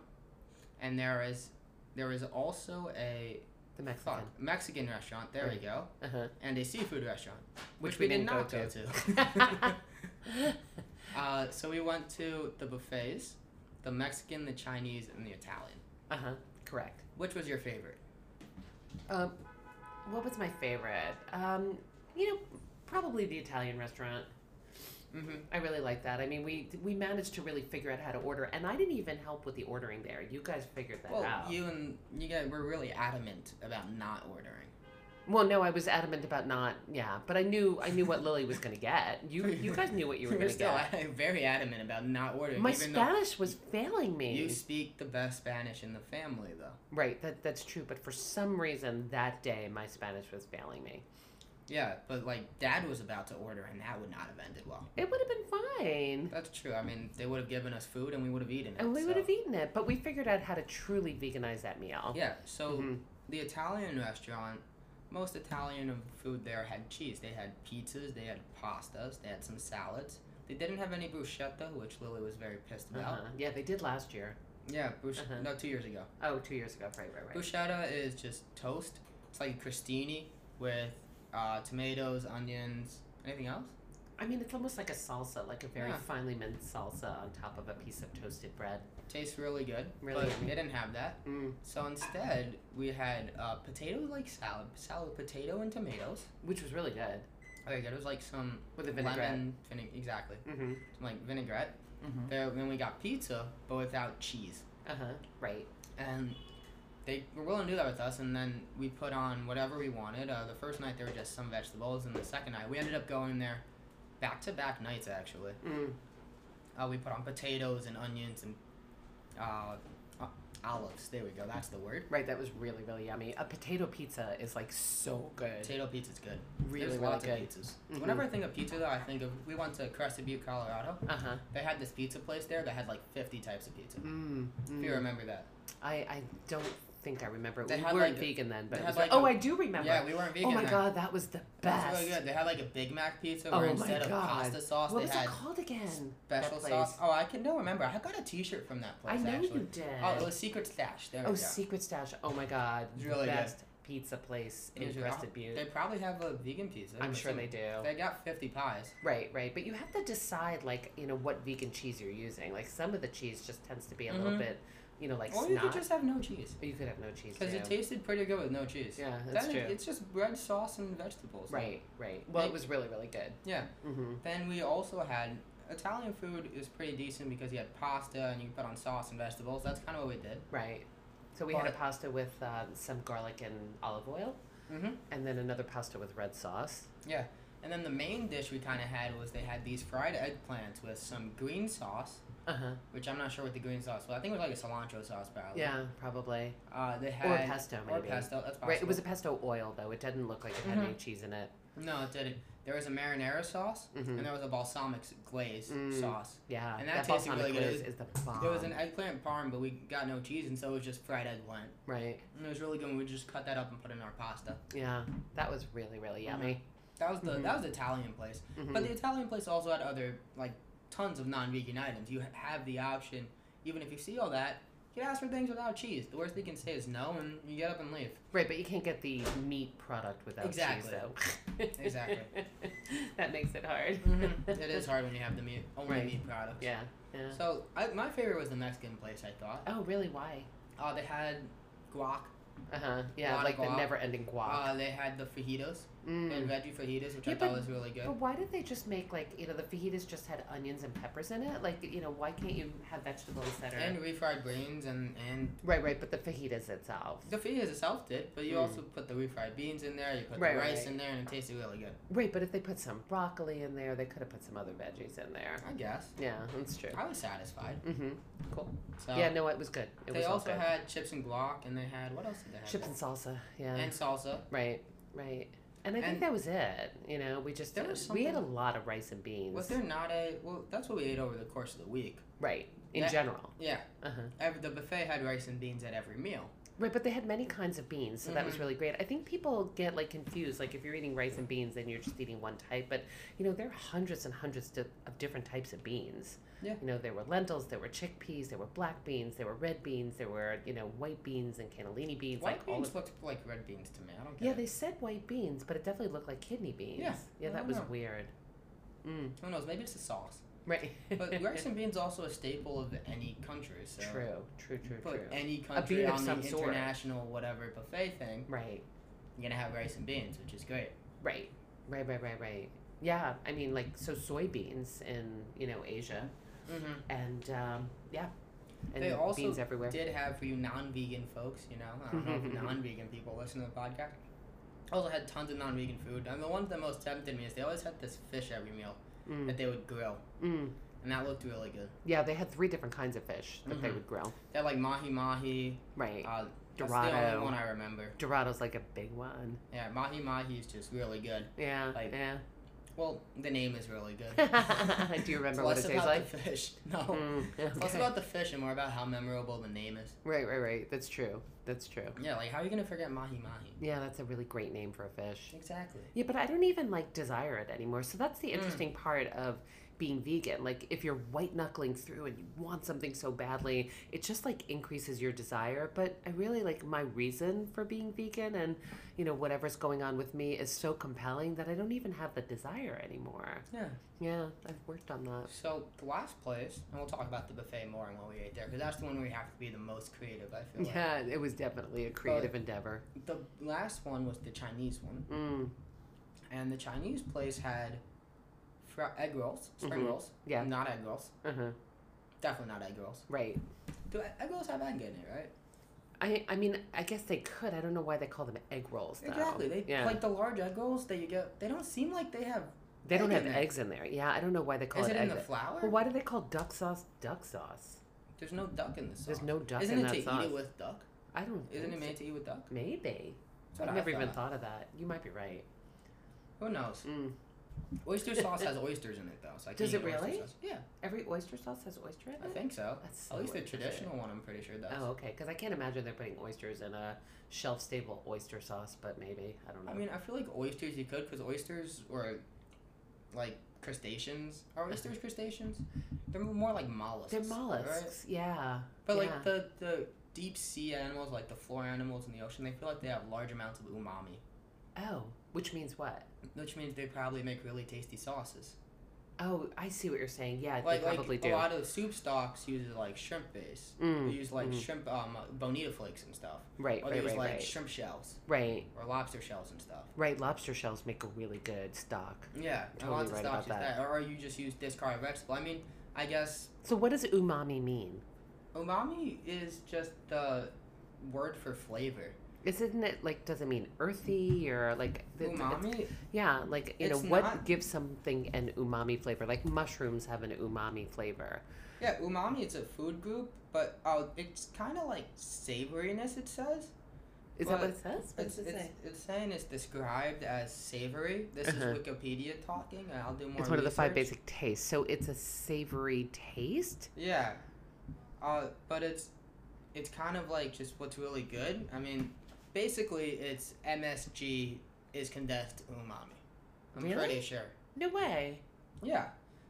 [SPEAKER 1] and there is there was also a
[SPEAKER 3] The
[SPEAKER 1] fuck,
[SPEAKER 3] Mexican.
[SPEAKER 1] Mexican restaurant. There we
[SPEAKER 3] Right.
[SPEAKER 1] go,
[SPEAKER 3] Uh huh.
[SPEAKER 1] and a seafood restaurant,
[SPEAKER 3] Which
[SPEAKER 1] which,
[SPEAKER 3] we
[SPEAKER 1] we, did
[SPEAKER 3] didn't go
[SPEAKER 1] not go, to.
[SPEAKER 3] Uh-huh.
[SPEAKER 1] uh, so we went to the buffets, the Mexican, the Chinese, and the Italian.
[SPEAKER 3] uh huh. Correct.
[SPEAKER 1] Which was your favorite?
[SPEAKER 3] Um, what was my favorite? Um, you know, probably the Italian restaurant.
[SPEAKER 1] Mm-hmm.
[SPEAKER 3] I really like that. I mean, we we managed to really figure out how to order, and I didn't even help with the ordering there. You guys figured that
[SPEAKER 1] Well,
[SPEAKER 3] out.
[SPEAKER 1] you and you guys were really adamant about not ordering.
[SPEAKER 3] well, no, I was adamant about not. Yeah, but I knew I knew what Lily was gonna get. You you guys knew what you were
[SPEAKER 1] You're
[SPEAKER 3] gonna
[SPEAKER 1] still
[SPEAKER 3] get.
[SPEAKER 1] very adamant about not ordering.
[SPEAKER 3] My
[SPEAKER 1] even though
[SPEAKER 3] Spanish was failing me.
[SPEAKER 1] You speak the best Spanish in the family, though.
[SPEAKER 3] right, that that's true. But for some reason that day, my Spanish was failing me.
[SPEAKER 1] Yeah, but like Dad was about to order, and that would not have ended well.
[SPEAKER 3] It would have been fine,
[SPEAKER 1] That's true. I mean, they would have given us food, and we would have eaten it.
[SPEAKER 3] and we
[SPEAKER 1] so-
[SPEAKER 3] would have eaten it. But we figured out how to truly veganize that meal.
[SPEAKER 1] Yeah. So
[SPEAKER 3] Mhm.
[SPEAKER 1] the Italian restaurant, most Italian food there had cheese. They had pizzas. They had pastas. They had some salads. They didn't have any bruschetta, which Lily was very pissed about.
[SPEAKER 3] Uh-huh. Yeah, they did last year.
[SPEAKER 1] Yeah, brusch-
[SPEAKER 3] Uh-huh.
[SPEAKER 1] no, two years ago.
[SPEAKER 3] Oh, two years ago. Right, right, right.
[SPEAKER 1] Bruschetta is just toast. It's like crostini with uh, tomatoes, onions, anything else.
[SPEAKER 3] I mean, it's almost like a salsa, like a very
[SPEAKER 1] Yeah.
[SPEAKER 3] finely minced salsa on top of a piece of toasted bread.
[SPEAKER 1] Tastes really good.
[SPEAKER 3] Really
[SPEAKER 1] but
[SPEAKER 3] yummy.
[SPEAKER 1] they didn't have that.
[SPEAKER 3] Mm.
[SPEAKER 1] So instead, we had uh, potato-like salad, salad with potato and tomatoes.
[SPEAKER 3] Which was really good
[SPEAKER 1] Okay, good. It was like some
[SPEAKER 3] with a vinaigrette.
[SPEAKER 1] lemon, vinegar, exactly,
[SPEAKER 3] Mm-hmm.
[SPEAKER 1] some, like vinaigrette.
[SPEAKER 3] Mhm.
[SPEAKER 1] There, then we got pizza, but without cheese.
[SPEAKER 3] Uh huh. Right.
[SPEAKER 1] And they were willing to do that with us. And then we put on whatever we wanted. Uh, the first night there were just some vegetables, and the second night we ended up going there back-to-back nights actually.
[SPEAKER 3] Mm.
[SPEAKER 1] Uh, we put on potatoes and onions and uh, uh, olives. There we go. That's the word.
[SPEAKER 3] Right. That was really really yummy. A potato pizza is like so good.
[SPEAKER 1] Potato pizza's good.
[SPEAKER 3] Really
[SPEAKER 1] There's
[SPEAKER 3] really
[SPEAKER 1] lots
[SPEAKER 3] good.
[SPEAKER 1] of pizzas.
[SPEAKER 3] Mhm.
[SPEAKER 1] Whenever I think of pizza, though, I think of we went to Crested Butte, Colorado.
[SPEAKER 3] Uh huh.
[SPEAKER 1] They had this pizza place there that had like 50 types of pizza.
[SPEAKER 3] Mm.
[SPEAKER 1] If you
[SPEAKER 3] mm.
[SPEAKER 1] remember that.
[SPEAKER 3] I I don't think I remember.
[SPEAKER 1] They
[SPEAKER 3] we
[SPEAKER 1] had,
[SPEAKER 3] weren't
[SPEAKER 1] like, a-
[SPEAKER 3] vegan then, but
[SPEAKER 1] they
[SPEAKER 3] it
[SPEAKER 1] had,
[SPEAKER 3] was like,
[SPEAKER 1] like,
[SPEAKER 3] oh,
[SPEAKER 1] a-
[SPEAKER 3] I do remember.
[SPEAKER 1] Yeah, we weren't vegan.
[SPEAKER 3] oh my
[SPEAKER 1] then.
[SPEAKER 3] god, that was the
[SPEAKER 1] It was
[SPEAKER 3] best.
[SPEAKER 1] really good. They had like a Big Mac pizza
[SPEAKER 3] Oh
[SPEAKER 1] where
[SPEAKER 3] my
[SPEAKER 1] instead of
[SPEAKER 3] God.
[SPEAKER 1] pasta sauce,
[SPEAKER 3] What
[SPEAKER 1] they
[SPEAKER 3] was
[SPEAKER 1] had
[SPEAKER 3] it called again? That
[SPEAKER 1] special
[SPEAKER 3] place.
[SPEAKER 1] sauce. Oh, I can no remember. I got a T-shirt from that
[SPEAKER 3] I
[SPEAKER 1] place.
[SPEAKER 3] know
[SPEAKER 1] actually.
[SPEAKER 3] you did.
[SPEAKER 1] Oh, it was Secret Stash. There
[SPEAKER 3] Oh,
[SPEAKER 1] we go.
[SPEAKER 3] Secret Stash. Oh my God.
[SPEAKER 1] It's really good.
[SPEAKER 3] Best pizza place in
[SPEAKER 1] Here's your-
[SPEAKER 3] Crested Butte.
[SPEAKER 1] They probably have a vegan pizza.
[SPEAKER 3] I'm
[SPEAKER 1] but
[SPEAKER 3] sure
[SPEAKER 1] some-
[SPEAKER 3] they do.
[SPEAKER 1] They got 50 pies.
[SPEAKER 3] Right, right. But you have to decide, like, you know, what vegan cheese you're using. Like, some of the cheese just tends to be a little
[SPEAKER 1] Mhm.
[SPEAKER 3] bit, you know, like
[SPEAKER 1] Or you
[SPEAKER 3] snot.
[SPEAKER 1] could just have no cheese.
[SPEAKER 3] Or you could have no cheese.
[SPEAKER 1] Because it
[SPEAKER 3] too.
[SPEAKER 1] tasted pretty good with no cheese.
[SPEAKER 3] Yeah, that's
[SPEAKER 1] then it-
[SPEAKER 3] true.
[SPEAKER 1] it's just bread, sauce, and vegetables.
[SPEAKER 3] Right, right. Well, it
[SPEAKER 1] They-
[SPEAKER 3] was really, really good.
[SPEAKER 1] Yeah.
[SPEAKER 3] Mm-hmm.
[SPEAKER 1] Then we also had Italian food is pretty decent because you had pasta and you put on sauce and vegetables. That's kind of what we did.
[SPEAKER 3] Right. So we had a
[SPEAKER 1] But-
[SPEAKER 3] pasta with uh, some garlic and olive oil.
[SPEAKER 1] Mhm.
[SPEAKER 3] and then another pasta with red sauce.
[SPEAKER 1] And then the main dish we kind of had was they had these fried eggplants with some green sauce,
[SPEAKER 3] Uh huh.
[SPEAKER 1] which I'm not sure what the green sauce was. I think it was like a cilantro sauce, probably.
[SPEAKER 3] Yeah, probably.
[SPEAKER 1] Uh, they
[SPEAKER 3] Or
[SPEAKER 1] had
[SPEAKER 3] pesto, maybe.
[SPEAKER 1] or pesto. That's possible. Mm-hmm.
[SPEAKER 3] Right, it was a pesto oil though. It didn't look like it had any cheese in it.
[SPEAKER 1] no, it didn't. There was a marinara sauce,
[SPEAKER 3] Mhm.
[SPEAKER 1] and there was a balsamic s- glaze
[SPEAKER 3] Mm.
[SPEAKER 1] sauce.
[SPEAKER 3] Yeah,
[SPEAKER 1] And
[SPEAKER 3] that,
[SPEAKER 1] that tasted
[SPEAKER 3] balsamic
[SPEAKER 1] really good. It
[SPEAKER 3] glaze is the bomb.
[SPEAKER 1] There was an eggplant parm, but we got no cheese, and so it was just fried eggplant.
[SPEAKER 3] right.
[SPEAKER 1] And it was really good. and We just cut that up and put it in our pasta.
[SPEAKER 3] Yeah, that was really really
[SPEAKER 1] Mhm.
[SPEAKER 3] yummy.
[SPEAKER 1] That was the
[SPEAKER 3] Mhm.
[SPEAKER 1] that was the Italian place.
[SPEAKER 3] Mhm.
[SPEAKER 1] But the Italian place also had other like tons of non-vegan items. You ha- have the option, even if you see all that, you can ask for things without cheese. The worst they can say is no, and you get up and leave.
[SPEAKER 3] Right, but you can't get the meat product without
[SPEAKER 1] Exactly.
[SPEAKER 3] cheese, though.
[SPEAKER 1] Exactly. Mm-hmm.
[SPEAKER 3] that makes it hard.
[SPEAKER 1] it is hard when you have the meat only
[SPEAKER 3] Mm-hmm. Right.
[SPEAKER 1] meat products.
[SPEAKER 3] Yeah. Yeah.
[SPEAKER 1] So I, my favorite was the Mexican place. I thought.
[SPEAKER 3] Oh, really? Why?
[SPEAKER 1] Uh, they had guac.
[SPEAKER 3] Uh huh. Yeah,
[SPEAKER 1] Lot of
[SPEAKER 3] like the
[SPEAKER 1] guac.
[SPEAKER 3] never-ending guac.
[SPEAKER 1] Uh, they had the fajitas
[SPEAKER 3] Mm.
[SPEAKER 1] and veggie fajitas, which
[SPEAKER 3] Yeah,
[SPEAKER 1] I thought
[SPEAKER 3] but-
[SPEAKER 1] was really good.
[SPEAKER 3] But why did they just make like you know the fajitas just had onions and peppers in it? Like you know why can't you have vegetables that are
[SPEAKER 1] And refried beans and and
[SPEAKER 3] right right? But the fajitas itself,
[SPEAKER 1] The fajitas itself did, but you
[SPEAKER 3] Mm.
[SPEAKER 1] also put the refried beans in there, you put
[SPEAKER 3] Right,
[SPEAKER 1] the rice
[SPEAKER 3] right.
[SPEAKER 1] in there, and it tasted really good.
[SPEAKER 3] right? But if they put some broccoli in there, they could have put some other veggies in there.
[SPEAKER 1] I guess.
[SPEAKER 3] Yeah, that's true.
[SPEAKER 1] I was satisfied.
[SPEAKER 3] Mm-hmm.
[SPEAKER 1] So
[SPEAKER 3] yeah, no, it was good. It
[SPEAKER 1] they
[SPEAKER 3] was all
[SPEAKER 1] also
[SPEAKER 3] good.
[SPEAKER 1] had chips and guac, and they had what else did they have?
[SPEAKER 3] chips and salsa. Yeah.
[SPEAKER 1] and salsa.
[SPEAKER 3] Right, right. And I think
[SPEAKER 1] And-
[SPEAKER 3] that was it. You know, we just
[SPEAKER 1] There was
[SPEAKER 3] we had a
[SPEAKER 1] something-
[SPEAKER 3] lot of rice and beans.
[SPEAKER 1] Was there not a well? That's what we ate over the course of the week.
[SPEAKER 3] Right, in
[SPEAKER 1] That-
[SPEAKER 3] general.
[SPEAKER 1] Yeah,
[SPEAKER 3] Uh-huh.
[SPEAKER 1] every, the buffet had rice and beans at every meal.
[SPEAKER 3] Right, but they had many kinds of beans, so that was
[SPEAKER 1] Mhm.
[SPEAKER 3] really great. I think people get like confused. Like if you're eating rice and beans, then you're just eating one type. But you know, there are hundreds and hundreds di- of different types of beans.
[SPEAKER 1] Yeah.
[SPEAKER 3] You know, there were lentils, there were chickpeas, there were black beans, there were red beans, there were you know white beans and cannellini beans.
[SPEAKER 1] White
[SPEAKER 3] like all
[SPEAKER 1] beans
[SPEAKER 3] of-
[SPEAKER 1] looked like red beans to me. I don't get
[SPEAKER 3] yeah,
[SPEAKER 1] it.
[SPEAKER 3] they said white beans, but it definitely looked like kidney beans. yeah,
[SPEAKER 1] I
[SPEAKER 3] that
[SPEAKER 1] don't
[SPEAKER 3] was
[SPEAKER 1] know.
[SPEAKER 3] weird. Mm,
[SPEAKER 1] Who knows? Maybe it's a sauce.
[SPEAKER 3] right.
[SPEAKER 1] But rice and beans also a staple of any country. So
[SPEAKER 3] True, true, true,
[SPEAKER 1] Put
[SPEAKER 3] true.
[SPEAKER 1] any
[SPEAKER 3] bean
[SPEAKER 1] country
[SPEAKER 3] of
[SPEAKER 1] on the
[SPEAKER 3] some sort.
[SPEAKER 1] international whatever buffet thing,
[SPEAKER 3] right,
[SPEAKER 1] you're gonna have rice and beans, which is great.
[SPEAKER 3] right, right, right, right, right. Yeah, I mean, like so, soybeans in you know Asia,
[SPEAKER 1] Mm-hmm.
[SPEAKER 3] and um, yeah, and
[SPEAKER 1] They also
[SPEAKER 3] beans everywhere.
[SPEAKER 1] did have for you non-vegan folks, you know, I don't know if non-vegan people listen to the podcast. Also had tons of non-vegan food, and the one that most tempted me is they always had this fish every meal
[SPEAKER 3] Mm,
[SPEAKER 1] that they would grill,
[SPEAKER 3] mm.
[SPEAKER 1] and that looked really good.
[SPEAKER 3] Yeah, they had three different kinds of fish that they
[SPEAKER 1] Mhm.
[SPEAKER 3] would grill.
[SPEAKER 1] They had like mahi mahi,
[SPEAKER 3] Right,
[SPEAKER 1] uh, that's the only one
[SPEAKER 3] dorado.
[SPEAKER 1] I remember.
[SPEAKER 3] Dorado's like a big one.
[SPEAKER 1] Yeah, mahi mahi is just really good.
[SPEAKER 3] Yeah,
[SPEAKER 1] Like-
[SPEAKER 3] yeah.
[SPEAKER 1] Well, the name is really good.
[SPEAKER 3] Do you remember what
[SPEAKER 1] It's
[SPEAKER 3] it
[SPEAKER 1] less
[SPEAKER 3] tastes
[SPEAKER 1] about
[SPEAKER 3] like?
[SPEAKER 1] The fish, no.
[SPEAKER 3] Mm,
[SPEAKER 1] It's less
[SPEAKER 3] okay.
[SPEAKER 1] about the fish and more about how memorable the name is.
[SPEAKER 3] Right, right, right. That's true. That's true.
[SPEAKER 1] Yeah, like how are you gonna forget mahi mahi?
[SPEAKER 3] Yeah, that's a really great name for a fish.
[SPEAKER 1] Exactly.
[SPEAKER 3] Yeah, but I don't even like desire it anymore. So that's the interesting part of being vegan. Like if you're white knuckling through and you want something so badly, it just like increases your desire. But I really like my reason for being vegan and you know whatever's going on with me is so compelling that I don't even have the desire anymore.
[SPEAKER 1] Yeah.
[SPEAKER 3] Yeah, I've worked on that.
[SPEAKER 1] So the last place, and we'll talk about the buffet more and what we ate there, because that's the one where you have to be the most creative. I feel
[SPEAKER 3] Yeah, it was definitely a creative endeavor.
[SPEAKER 1] like the last one was the Chinese one,
[SPEAKER 3] Mm,
[SPEAKER 1] and the Chinese place had fr- egg rolls, spring
[SPEAKER 3] Mhm.
[SPEAKER 1] rolls.
[SPEAKER 3] Yeah.
[SPEAKER 1] not egg rolls.
[SPEAKER 3] uh-huh.
[SPEAKER 1] Definitely not egg rolls.
[SPEAKER 3] Right.
[SPEAKER 1] Do e- egg rolls have egg in it, right?
[SPEAKER 3] I I mean, I guess they could. I don't know why they call them egg rolls though.
[SPEAKER 1] Exactly. They
[SPEAKER 3] yeah.
[SPEAKER 1] like the large egg rolls that you get. They don't seem like they have.
[SPEAKER 3] They don't
[SPEAKER 1] egg
[SPEAKER 3] have
[SPEAKER 1] in it.
[SPEAKER 3] eggs in there. Yeah, I don't know why they call
[SPEAKER 1] Is
[SPEAKER 3] it,
[SPEAKER 1] it
[SPEAKER 3] egg.
[SPEAKER 1] in the
[SPEAKER 3] ro-
[SPEAKER 1] flour?
[SPEAKER 3] well, why do they call duck sauce duck sauce?
[SPEAKER 1] There's no duck in the sauce.
[SPEAKER 3] There's no duck
[SPEAKER 1] Isn't
[SPEAKER 3] in
[SPEAKER 1] it
[SPEAKER 3] that
[SPEAKER 1] to
[SPEAKER 3] sauce.
[SPEAKER 1] eat it with duck?
[SPEAKER 3] I don't.
[SPEAKER 1] Isn't
[SPEAKER 3] think
[SPEAKER 1] it
[SPEAKER 3] so.
[SPEAKER 1] made to eat with duck?
[SPEAKER 3] Maybe.
[SPEAKER 1] That's what
[SPEAKER 3] I've
[SPEAKER 1] I
[SPEAKER 3] never even
[SPEAKER 1] thought.
[SPEAKER 3] thought of that. You might be right.
[SPEAKER 1] Who knows?
[SPEAKER 3] Mm.
[SPEAKER 1] Oyster sauce has oysters in it though. So I
[SPEAKER 3] Does
[SPEAKER 1] can't
[SPEAKER 3] it
[SPEAKER 1] eat oyster
[SPEAKER 3] really?
[SPEAKER 1] sauce. Yeah,
[SPEAKER 3] Every oyster sauce has oyster in it.
[SPEAKER 1] I think so.
[SPEAKER 3] That's so
[SPEAKER 1] At least the
[SPEAKER 3] interesting.
[SPEAKER 1] traditional one, I'm pretty sure does.
[SPEAKER 3] Oh, okay. Because I can't imagine they're putting oysters in a shelf-stable oyster sauce, but maybe I don't know.
[SPEAKER 1] I mean, I feel like oysters you could, because oysters or like crustaceans are oysters crustaceans. They're more like mollusks.
[SPEAKER 3] Uh-huh. they're
[SPEAKER 1] right?
[SPEAKER 3] mollusks. Yeah.
[SPEAKER 1] But
[SPEAKER 3] yeah.
[SPEAKER 1] like the the deep sea animals, like the floor animals in the ocean, they feel like they have large amounts of umami,
[SPEAKER 3] oh, which means what?
[SPEAKER 1] which means they probably make really tasty sauces.
[SPEAKER 3] Oh, I see what you're saying. Yeah,
[SPEAKER 1] Like
[SPEAKER 3] they probably
[SPEAKER 1] like
[SPEAKER 3] do.
[SPEAKER 1] a lot of soup stocks use like shrimp base. They
[SPEAKER 3] Mm,
[SPEAKER 1] use like
[SPEAKER 3] mhm.
[SPEAKER 1] shrimp um, bonita flakes and stuff,
[SPEAKER 3] right,
[SPEAKER 1] or they
[SPEAKER 3] right,
[SPEAKER 1] use
[SPEAKER 3] right,
[SPEAKER 1] like
[SPEAKER 3] right,
[SPEAKER 1] shrimp shells
[SPEAKER 3] right,
[SPEAKER 1] or lobster shells and stuff.
[SPEAKER 3] right. Lobster shells make a really good stock.
[SPEAKER 1] Yeah, and
[SPEAKER 3] Totally
[SPEAKER 1] lots
[SPEAKER 3] right
[SPEAKER 1] of
[SPEAKER 3] about
[SPEAKER 1] stocks is
[SPEAKER 3] that.
[SPEAKER 1] that. Or you just use discarded vegetable. I mean, I guess
[SPEAKER 3] So, what does umami mean?
[SPEAKER 1] umami is just the word for flavor.
[SPEAKER 3] Isn't it like doesn't mean earthy or like the- the- it's-
[SPEAKER 1] Umami?
[SPEAKER 3] yeah, like you
[SPEAKER 1] It's
[SPEAKER 3] know what
[SPEAKER 1] not.
[SPEAKER 3] gives something an umami flavor? Like mushrooms have an umami flavor.
[SPEAKER 1] Yeah, umami is a food group, but oh, it's kind of like savoriness, it says.
[SPEAKER 3] Is that
[SPEAKER 1] Well,
[SPEAKER 3] what it says? What
[SPEAKER 1] It's,
[SPEAKER 3] does it
[SPEAKER 1] it's,
[SPEAKER 3] say?
[SPEAKER 1] it's saying it's described as savory. This
[SPEAKER 3] Uh-huh.
[SPEAKER 1] is Wikipedia talking, and I'll do more
[SPEAKER 3] It's one of the five
[SPEAKER 1] research.
[SPEAKER 3] basic tastes. So it's a savory taste.
[SPEAKER 1] Yeah. Uh, but it's it's kind of like just what's really good. I mean, basically, it's MSG is condensed umami. I'm
[SPEAKER 3] Really?
[SPEAKER 1] pretty sure.
[SPEAKER 3] No way.
[SPEAKER 1] Yeah.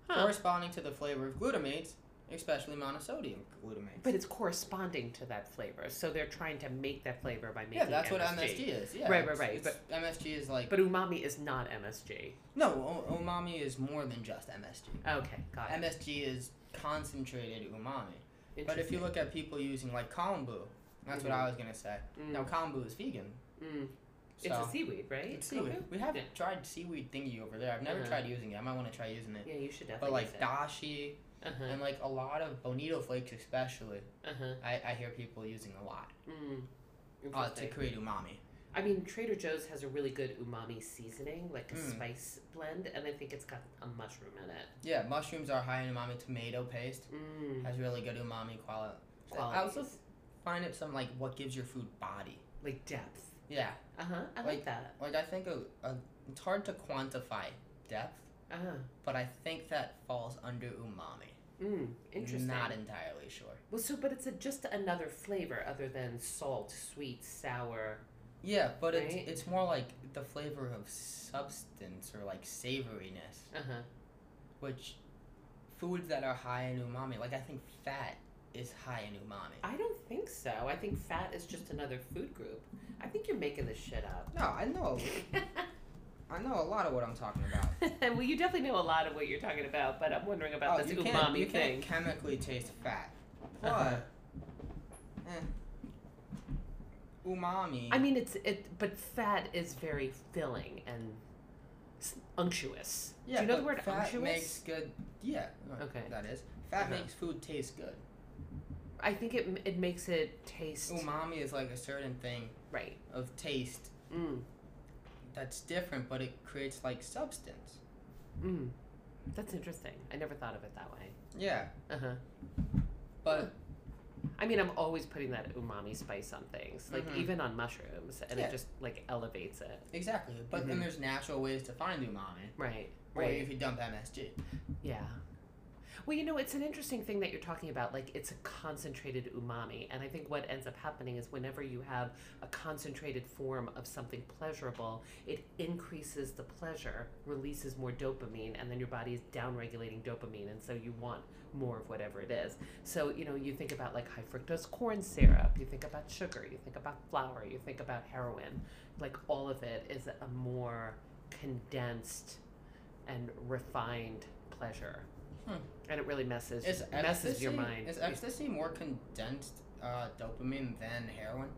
[SPEAKER 3] Huh.
[SPEAKER 1] Corresponding to the flavor of glutamates, especially monosodium glutamates.
[SPEAKER 3] But it's corresponding to that flavor, so they're trying to make that flavor by making.
[SPEAKER 1] yeah, that's what MSG is. Yeah.
[SPEAKER 3] Right, right,
[SPEAKER 1] it's-
[SPEAKER 3] right,
[SPEAKER 1] it's- MSG is like
[SPEAKER 3] But umami is not MSG.
[SPEAKER 1] no, o- umami is more than just MSG.
[SPEAKER 3] Okay, got it.
[SPEAKER 1] MSG is concentrated umami. But if you
[SPEAKER 3] Interesting.
[SPEAKER 1] look at people using like kombu, that's what I was gonna say.
[SPEAKER 3] Mm.
[SPEAKER 1] Now kombu is vegan.
[SPEAKER 3] Mm.
[SPEAKER 1] So.
[SPEAKER 3] It's a seaweed, right?
[SPEAKER 1] It's seaweed.
[SPEAKER 3] Koku?
[SPEAKER 1] We have
[SPEAKER 3] Yeah.
[SPEAKER 1] tried seaweed thingy over there. I've never
[SPEAKER 3] Uh-huh.
[SPEAKER 1] tried using it. I might want to try using it.
[SPEAKER 3] Yeah, you should
[SPEAKER 1] But
[SPEAKER 3] definitely.
[SPEAKER 1] like dashi
[SPEAKER 3] Uh huh.
[SPEAKER 1] and like a lot of bonito flakes, especially,
[SPEAKER 3] Uh huh.
[SPEAKER 1] I, I hear people using a lot uh,
[SPEAKER 3] Mm.
[SPEAKER 1] to
[SPEAKER 3] Interesting.
[SPEAKER 1] create umami.
[SPEAKER 3] I mean, Trader Joe's has a really good umami seasoning, like a
[SPEAKER 1] Mm.
[SPEAKER 3] spice blend, and I think it's got a mushroom in it.
[SPEAKER 1] Yeah, mushrooms are high in umami. Tomato paste
[SPEAKER 3] Mm.
[SPEAKER 1] has really good umami quality. I also
[SPEAKER 3] Qualities.
[SPEAKER 1] find it some like what gives your food body.
[SPEAKER 3] Like depth.
[SPEAKER 1] Yeah,
[SPEAKER 3] Uh huh. I like,
[SPEAKER 1] Like-
[SPEAKER 3] that.
[SPEAKER 1] like I think a, a, it's hard to quantify depth,
[SPEAKER 3] Uh huh.
[SPEAKER 1] but I think that falls under umami.
[SPEAKER 3] Mm. Interesting.
[SPEAKER 1] Not entirely sure.
[SPEAKER 3] Well, so but it's a, just another flavor other than salt, sweet, sour.
[SPEAKER 1] Yeah, but
[SPEAKER 3] Right?
[SPEAKER 1] it's it's more like the flavor of substance or like savoriness,
[SPEAKER 3] Uh huh.
[SPEAKER 1] which foods that are high in umami, like I think fat is high in umami.
[SPEAKER 3] I don't think so. I think fat is just another food group. I think you're making this shit up.
[SPEAKER 1] No, I know I know a lot of what I'm talking about.
[SPEAKER 3] well, you definitely know a lot of what you're talking about, but I'm wondering about
[SPEAKER 1] oh,
[SPEAKER 3] this
[SPEAKER 1] you
[SPEAKER 3] umami
[SPEAKER 1] can't, you
[SPEAKER 3] thing.
[SPEAKER 1] can't chemically taste fat. But
[SPEAKER 3] Uh-huh.
[SPEAKER 1] eh, umami
[SPEAKER 3] I mean, it's it, but fat is very filling and s- unctuous.
[SPEAKER 1] yeah,
[SPEAKER 3] Do you know the
[SPEAKER 1] but
[SPEAKER 3] word
[SPEAKER 1] fat
[SPEAKER 3] unctuous?
[SPEAKER 1] makes good yeah,
[SPEAKER 3] Okay.
[SPEAKER 1] that is. Fat
[SPEAKER 3] Uh-huh.
[SPEAKER 1] makes food taste good.
[SPEAKER 3] I think it m- it makes it taste
[SPEAKER 1] Umami is like a certain thing
[SPEAKER 3] right.
[SPEAKER 1] of taste
[SPEAKER 3] Mm,
[SPEAKER 1] that's different, but it creates like substance.
[SPEAKER 3] mm. That's interesting. I never thought of it that way.
[SPEAKER 1] Yeah,
[SPEAKER 3] Uh huh.
[SPEAKER 1] but
[SPEAKER 3] I mean, I'm always putting that umami spice on things, like
[SPEAKER 1] Mhm.
[SPEAKER 3] even on mushrooms, and
[SPEAKER 1] Yeah.
[SPEAKER 3] it just like elevates it.
[SPEAKER 1] exactly. But then
[SPEAKER 3] Mhm.
[SPEAKER 1] there's natural ways to find umami,
[SPEAKER 3] Right.
[SPEAKER 1] or
[SPEAKER 3] Right.
[SPEAKER 1] if you dump MSG.
[SPEAKER 3] Yeah. Well, you know, it's an interesting thing that you're talking about. Like, it's a concentrated umami. And I think what ends up happening is whenever you have a concentrated form of something pleasurable, it increases the pleasure, releases more dopamine, and then your body is downregulating dopamine. And so you want more of whatever it is. So, you know, you think about like high fructose corn syrup, you think about sugar, you think about flour, you think about heroin. Like, all of it is a more condensed and refined pleasure,
[SPEAKER 1] Hmm.
[SPEAKER 3] and it really messes
[SPEAKER 1] Is
[SPEAKER 3] messes
[SPEAKER 1] ecstasy,
[SPEAKER 3] your mind.
[SPEAKER 1] Is ecstasy more condensed uh, dopamine than heroin?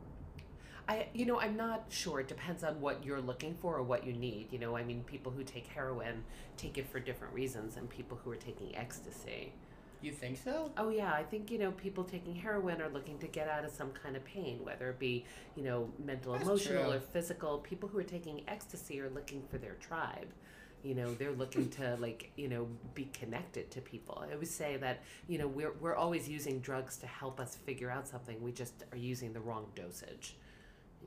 [SPEAKER 3] I, you know, I'm not sure. It depends on what you're looking for or what you need. You know, I mean, people who take heroin take it for different reasons than people who are taking ecstasy.
[SPEAKER 1] You think so?
[SPEAKER 3] Oh yeah, I think you know people taking heroin are looking to get out of some kind of pain, whether it be you know mental,
[SPEAKER 1] That's
[SPEAKER 3] emotional,
[SPEAKER 1] true.
[SPEAKER 3] or physical. People who are taking ecstasy are looking for their tribe. You know, they're looking to like you know be connected to people. I always say that you know we're we're always using drugs to help us figure out something. We just are using the wrong dosage.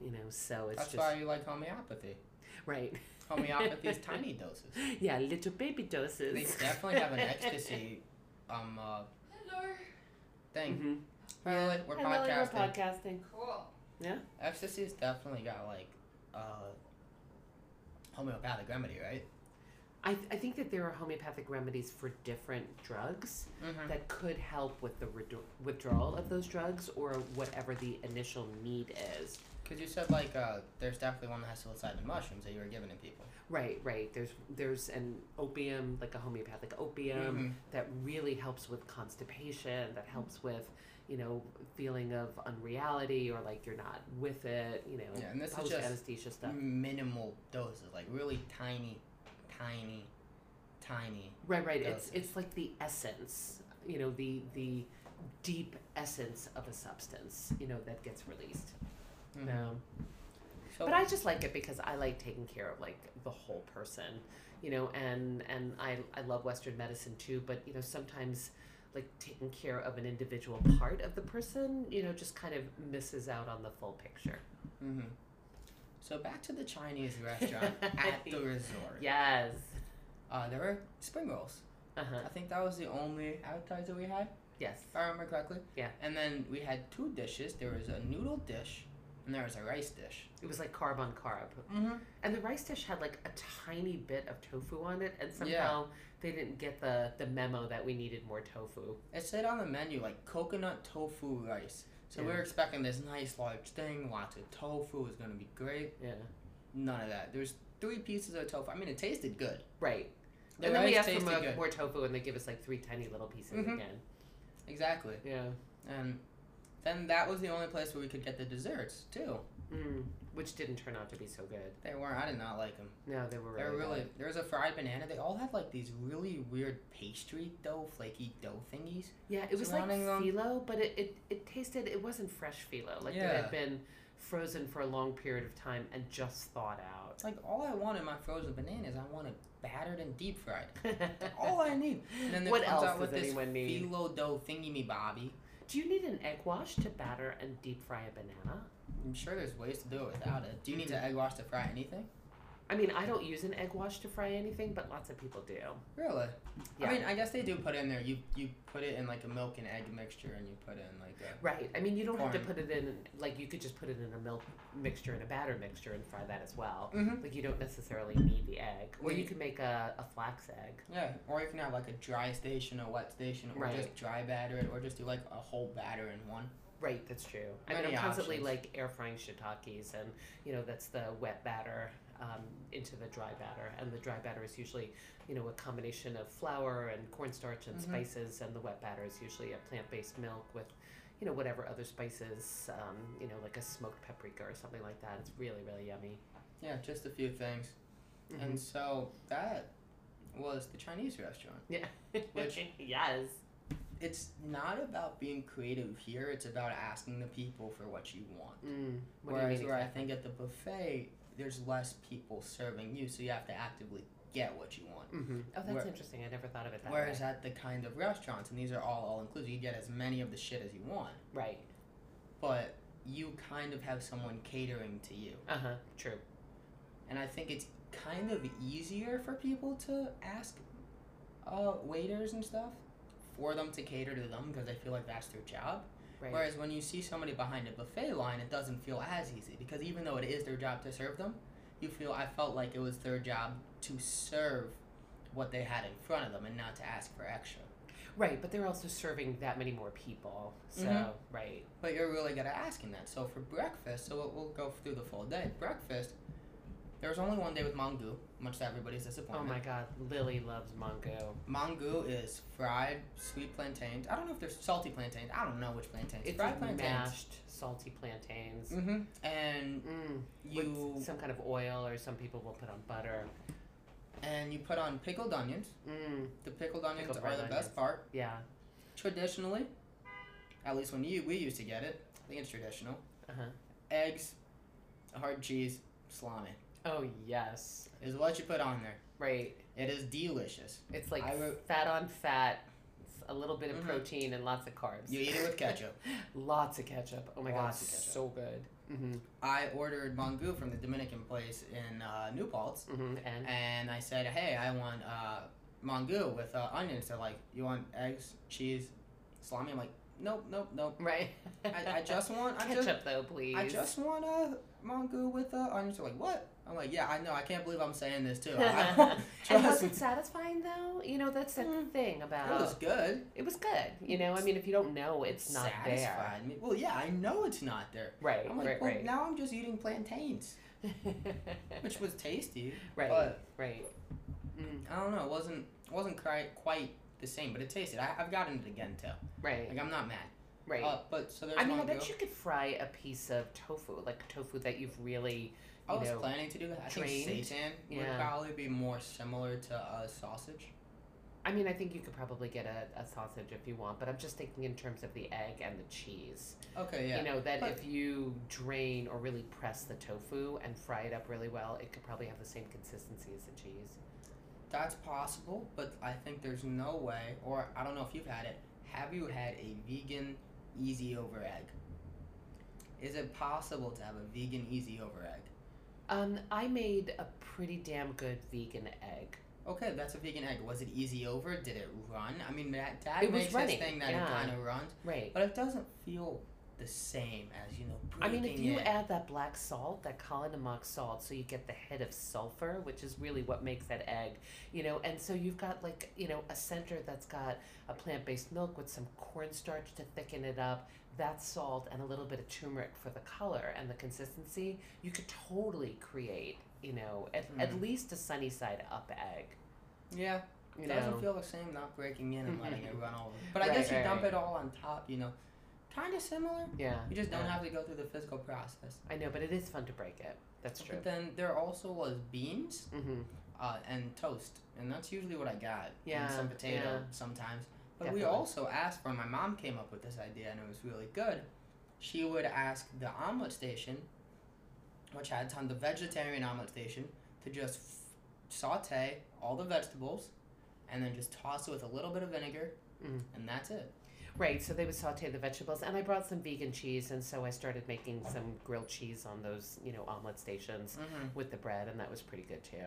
[SPEAKER 3] You know, so it's
[SPEAKER 1] That's
[SPEAKER 3] just
[SPEAKER 1] why you like homeopathy.
[SPEAKER 3] right.
[SPEAKER 1] Homeopathy is tiny doses.
[SPEAKER 3] Yeah, little baby doses.
[SPEAKER 1] They definitely have an ecstasy um uh,
[SPEAKER 2] Hello.
[SPEAKER 1] thing.
[SPEAKER 3] hmm
[SPEAKER 1] Hello, we're
[SPEAKER 3] Hello, we're
[SPEAKER 1] podcasting.
[SPEAKER 3] podcasting.
[SPEAKER 2] Cool.
[SPEAKER 1] Ecstasy's definitely got like uh, homeopathic remedy, right?
[SPEAKER 3] I, th- I think that there are homeopathic remedies for different drugs.
[SPEAKER 1] Mm-hmm.
[SPEAKER 3] that could help with the redu- withdrawal of those drugs or whatever the initial need is.
[SPEAKER 1] Because you said like uh, there's definitely one that has psilocybin mushrooms that you were giving to people.
[SPEAKER 3] Right, right. There's there's an opium, like a homeopathic opium,
[SPEAKER 1] Mm-hmm.
[SPEAKER 3] that really helps with constipation. That helps with, you know, feeling of unreality or like you're not with it. You know,
[SPEAKER 1] Yeah, and this is
[SPEAKER 3] post
[SPEAKER 1] just
[SPEAKER 3] anesthesia stuff.
[SPEAKER 1] minimal doses, like really tiny, tiny, tiny.
[SPEAKER 3] Right, right. It's
[SPEAKER 1] doses.
[SPEAKER 3] it's like the essence. You know, the the deep essence of a substance. You know that gets released.
[SPEAKER 1] Mhm.
[SPEAKER 3] Um,
[SPEAKER 1] So
[SPEAKER 3] But I just like it because I like taking care of like the whole person, you know, and and I I love Western medicine too. But you know sometimes like taking care of an individual part of the person, you know, just kind of misses out on the full picture.
[SPEAKER 1] hmm So back to the Chinese restaurant at the resort.
[SPEAKER 3] Yes.
[SPEAKER 1] Uh, there were spring rolls.
[SPEAKER 3] Uh huh.
[SPEAKER 1] I think that was the only appetizer we had,
[SPEAKER 3] Yes.
[SPEAKER 1] if I remember correctly.
[SPEAKER 3] Yeah.
[SPEAKER 1] And then we had two dishes. There was a noodle dish, and there was a rice dish.
[SPEAKER 3] It was like carb on carb,
[SPEAKER 1] Mm-hmm.
[SPEAKER 3] and the rice dish had like a tiny bit of tofu on it, and somehow they didn't get the the memo that we needed more tofu.
[SPEAKER 1] It said on the menu like coconut tofu rice. So we
[SPEAKER 3] Yeah.
[SPEAKER 1] were expecting this nice large thing, lots of tofu it was gonna be great.
[SPEAKER 3] Yeah.
[SPEAKER 1] None of that. There's three pieces of tofu. I mean, it tasted good.
[SPEAKER 3] Right.
[SPEAKER 1] The
[SPEAKER 3] and then we uh,
[SPEAKER 1] rice
[SPEAKER 3] asked for
[SPEAKER 1] tasted
[SPEAKER 3] more,
[SPEAKER 1] good.
[SPEAKER 3] more tofu, and they give us like three tiny little pieces
[SPEAKER 1] Mhm.
[SPEAKER 3] again.
[SPEAKER 1] Exactly.
[SPEAKER 3] Yeah.
[SPEAKER 1] And then that was the only place where we could get the desserts too.
[SPEAKER 3] Mm, which didn't turn out to be so good.
[SPEAKER 1] They weren't. I did not like them.
[SPEAKER 3] No, they were really.
[SPEAKER 1] They're really.
[SPEAKER 3] bad.
[SPEAKER 1] There was a fried banana. They all had like these really weird pastry dough, flaky dough thingies.
[SPEAKER 3] Yeah, it was like
[SPEAKER 1] surrounding them-
[SPEAKER 3] phyllo, but it, it, it tasted, it wasn't fresh phyllo. Like it
[SPEAKER 1] Yeah.
[SPEAKER 3] had been frozen for a long period of time and just thawed out.
[SPEAKER 1] It's like all I want in my frozen banana is I want it battered and deep fried. All I need. And then it
[SPEAKER 3] What
[SPEAKER 1] comes
[SPEAKER 3] else
[SPEAKER 1] out with
[SPEAKER 3] does
[SPEAKER 1] this
[SPEAKER 3] anyone need?
[SPEAKER 1] phyllo dough thingy me bobby.
[SPEAKER 3] Do you need an egg wash to batter and deep fry a banana?
[SPEAKER 1] I'm sure there's ways to do it without it. Do you need to
[SPEAKER 3] Mm-hmm.
[SPEAKER 1] egg wash to fry anything?
[SPEAKER 3] I mean, I don't use an egg wash to fry anything, but lots of people do.
[SPEAKER 1] Really?
[SPEAKER 3] Yeah.
[SPEAKER 1] I mean, I guess they do put in there. You you put it in like a milk and egg mixture, and you put in like a
[SPEAKER 3] Right. I mean, you don't have to
[SPEAKER 1] Corn.
[SPEAKER 3] put it in, like, you could just put it in a milk mixture and a batter mixture and fry that as well.
[SPEAKER 1] Mhm.
[SPEAKER 3] Like, you don't necessarily need the egg. Or you
[SPEAKER 1] Mm.
[SPEAKER 3] can make a, a flax egg.
[SPEAKER 1] Yeah, or you can have like a dry station, a wet station, or
[SPEAKER 3] Right.
[SPEAKER 1] just dry batter it, or just do like a whole batter in one.
[SPEAKER 3] Right, that's true. I mean,
[SPEAKER 1] Many
[SPEAKER 3] I'm constantly
[SPEAKER 1] options.
[SPEAKER 3] like air frying shiitakes, and you know that's the wet batter um, into the dry batter, and the dry batter is usually you know a combination of flour and cornstarch and
[SPEAKER 1] Mhm.
[SPEAKER 3] spices, and the wet batter is usually a plant-based milk with you know whatever other spices, um, you know like a smoked paprika or something like that. It's really really yummy.
[SPEAKER 1] Yeah, just a few things.
[SPEAKER 3] Mm-hmm.
[SPEAKER 1] And so that was the Chinese restaurant. which-
[SPEAKER 3] yes,
[SPEAKER 1] It's not about being creative here, it's about asking the people for what you want.
[SPEAKER 3] mm, what do you
[SPEAKER 1] Whereas
[SPEAKER 3] mean
[SPEAKER 1] where I
[SPEAKER 3] exactly?
[SPEAKER 1] think at the buffet, there's less people serving you, so you have to actively get what you want.
[SPEAKER 3] Mhm. Oh, that's
[SPEAKER 1] Mm-hmm. Where-
[SPEAKER 3] interesting. I never thought of it that
[SPEAKER 1] Whereas
[SPEAKER 3] way.
[SPEAKER 1] at the kind of restaurants, and these are all all inclusive, you get as many of the shit as you want,
[SPEAKER 3] Right.
[SPEAKER 1] but you kind of have someone catering to you.
[SPEAKER 3] Uh huh. True.
[SPEAKER 1] and I think it's kind of easier for people to ask uh, waiters and stuff for them to cater to them because they feel like that's their job.
[SPEAKER 3] Right.
[SPEAKER 1] Whereas when you see somebody behind a buffet line, it doesn't feel as easy because even though it is their job to serve them, you feel I felt like it was their job to serve what they had in front of them and not to ask for extra.
[SPEAKER 3] Right, but they're also serving that many more people. So,
[SPEAKER 1] Mhm.
[SPEAKER 3] right.
[SPEAKER 1] But you're really good at asking that. So for breakfast, so we'll, we'll go through the full day. Breakfast, there was only one day with mango, much to everybody's
[SPEAKER 3] Oh
[SPEAKER 1] disappointment.
[SPEAKER 3] my god, Lily loves Mongo.
[SPEAKER 1] Mango is fried sweet plantains. I don't know if there's salty plantains. I don't know which plantains.
[SPEAKER 3] It's
[SPEAKER 1] fried
[SPEAKER 3] mashed salty plantains.
[SPEAKER 1] hmm And
[SPEAKER 3] Mm.
[SPEAKER 1] you
[SPEAKER 3] With some kind of oil, or some people will put on butter.
[SPEAKER 1] and you put on pickled onions.
[SPEAKER 3] Mm.
[SPEAKER 1] The pickled onions
[SPEAKER 3] Pickled
[SPEAKER 1] are
[SPEAKER 3] red
[SPEAKER 1] the
[SPEAKER 3] onions.
[SPEAKER 1] best part.
[SPEAKER 3] Yeah.
[SPEAKER 1] Traditionally, at least when you we used to get it, I think it's traditional.
[SPEAKER 3] Uh-huh.
[SPEAKER 1] Eggs, hard cheese, salami
[SPEAKER 3] Oh yes.
[SPEAKER 1] is what you put on there.
[SPEAKER 3] Right.
[SPEAKER 1] It is delicious.
[SPEAKER 3] It's like
[SPEAKER 1] I wrote-
[SPEAKER 3] fat on fat, s- a little bit of
[SPEAKER 1] Mhm.
[SPEAKER 3] protein and lots of carbs.
[SPEAKER 1] You eat it with ketchup.
[SPEAKER 3] lots of ketchup. Oh my god,
[SPEAKER 1] Lots of ketchup.
[SPEAKER 3] so good. Mm-hmm.
[SPEAKER 1] I ordered mango from the Dominican place in uh, New Paltz.
[SPEAKER 3] Mm-hmm. And
[SPEAKER 1] and I said, "Hey, I want uh, mango with uh, onions." They're like, "You want eggs, cheese, salami?" I'm like, "Nope, nope, nope.
[SPEAKER 3] right.
[SPEAKER 1] I, I just want, I
[SPEAKER 3] ketchup
[SPEAKER 1] just,
[SPEAKER 3] though, please.
[SPEAKER 1] I just want a mango with uh, onions." They're like, "What?" I'm like, "Yeah, I know. I can't believe I'm saying this too. I, I,
[SPEAKER 3] And
[SPEAKER 1] trust
[SPEAKER 3] was
[SPEAKER 1] me.
[SPEAKER 3] it satisfying though? You know, that's the
[SPEAKER 1] Mm.
[SPEAKER 3] thing about
[SPEAKER 1] It was good.
[SPEAKER 3] It was good. You know, I mean, if you don't know, it's not there.
[SPEAKER 1] Satisfied me. Well, yeah, I know it's not there.
[SPEAKER 3] Right,
[SPEAKER 1] I'm like,
[SPEAKER 3] right,
[SPEAKER 1] well,
[SPEAKER 3] right.
[SPEAKER 1] now I'm just eating plantains, which was tasty,
[SPEAKER 3] right,
[SPEAKER 1] but
[SPEAKER 3] right. Mm,
[SPEAKER 1] I don't know. It wasn't wasn't quite quite the same, but it tasted. I, I've gotten it again too.
[SPEAKER 3] right,
[SPEAKER 1] Like I'm not mad.
[SPEAKER 3] right.
[SPEAKER 1] Uh, but so there's
[SPEAKER 3] I mean, I
[SPEAKER 1] mango.
[SPEAKER 3] bet you could fry a piece of tofu, like tofu that you've really,
[SPEAKER 1] I
[SPEAKER 3] you
[SPEAKER 1] was
[SPEAKER 3] know,
[SPEAKER 1] planning to do that. I
[SPEAKER 3] drained.
[SPEAKER 1] think seitan would
[SPEAKER 3] Yeah.
[SPEAKER 1] probably be more similar to a uh, sausage.
[SPEAKER 3] I mean, I think you could probably get a, a sausage if you want, but I'm just thinking in terms of the egg and the cheese.
[SPEAKER 1] Okay, yeah.
[SPEAKER 3] You know, that
[SPEAKER 1] But-
[SPEAKER 3] if you drain or really press the tofu and fry it up really well, it could probably have the same consistency as the cheese.
[SPEAKER 1] That's possible, but I think there's no way, or I don't know if you've had it. Have you had a vegan easy over egg? Is it possible to have a vegan easy over egg?
[SPEAKER 3] Um, I made a pretty damn good vegan egg.
[SPEAKER 1] Okay, that's a vegan egg. Was it easy over? Did it run? I mean, that dad
[SPEAKER 3] It was
[SPEAKER 1] makes this
[SPEAKER 3] running,
[SPEAKER 1] thing that it
[SPEAKER 3] yeah.
[SPEAKER 1] kind of runs,
[SPEAKER 3] Right.
[SPEAKER 1] but it doesn't feel the same as you know.
[SPEAKER 3] I mean, if
[SPEAKER 1] breaking
[SPEAKER 3] you
[SPEAKER 1] it.
[SPEAKER 3] add that black salt, that Kalanamak salt, so you get the hit of sulfur, which is really what makes that egg, you know, and so you've got like, you know, a center that's got a plant based milk with some cornstarch to thicken it up, that salt, and a little bit of turmeric for the color and the consistency, you could totally create, you know, at, at
[SPEAKER 1] Mm.
[SPEAKER 3] least a sunny side up egg.
[SPEAKER 1] yeah,
[SPEAKER 3] You
[SPEAKER 1] it doesn't
[SPEAKER 3] know?
[SPEAKER 1] feel the same not breaking in and letting it run over. But I
[SPEAKER 3] Right,
[SPEAKER 1] guess you
[SPEAKER 3] right,
[SPEAKER 1] dump
[SPEAKER 3] right.
[SPEAKER 1] it all on top. You know, kind of similar.
[SPEAKER 3] yeah.
[SPEAKER 1] You just don't
[SPEAKER 3] yeah.
[SPEAKER 1] have to go through the physical process.
[SPEAKER 3] I know, but it is fun to break it. That's true.
[SPEAKER 1] But then there also was beans
[SPEAKER 3] Mm-hmm.
[SPEAKER 1] uh, and toast, and that's usually what I got.
[SPEAKER 3] Yeah,
[SPEAKER 1] and some potato
[SPEAKER 3] yeah.
[SPEAKER 1] sometimes. But we
[SPEAKER 3] Definitely.
[SPEAKER 1] also asked for. My mom came up with this idea, and it was really good. She would ask the omelet station, which had tons of vegetarian omelet station, to just f- saute all the vegetables, and then just toss it with a little bit of vinegar,
[SPEAKER 3] Mm.
[SPEAKER 1] and that's it.
[SPEAKER 3] Right, so they would saute the vegetables, and I brought some vegan cheese, and so I started making some grilled cheese on those, you know, omelet stations
[SPEAKER 1] Mm-hmm.
[SPEAKER 3] with the bread, and that was pretty good too.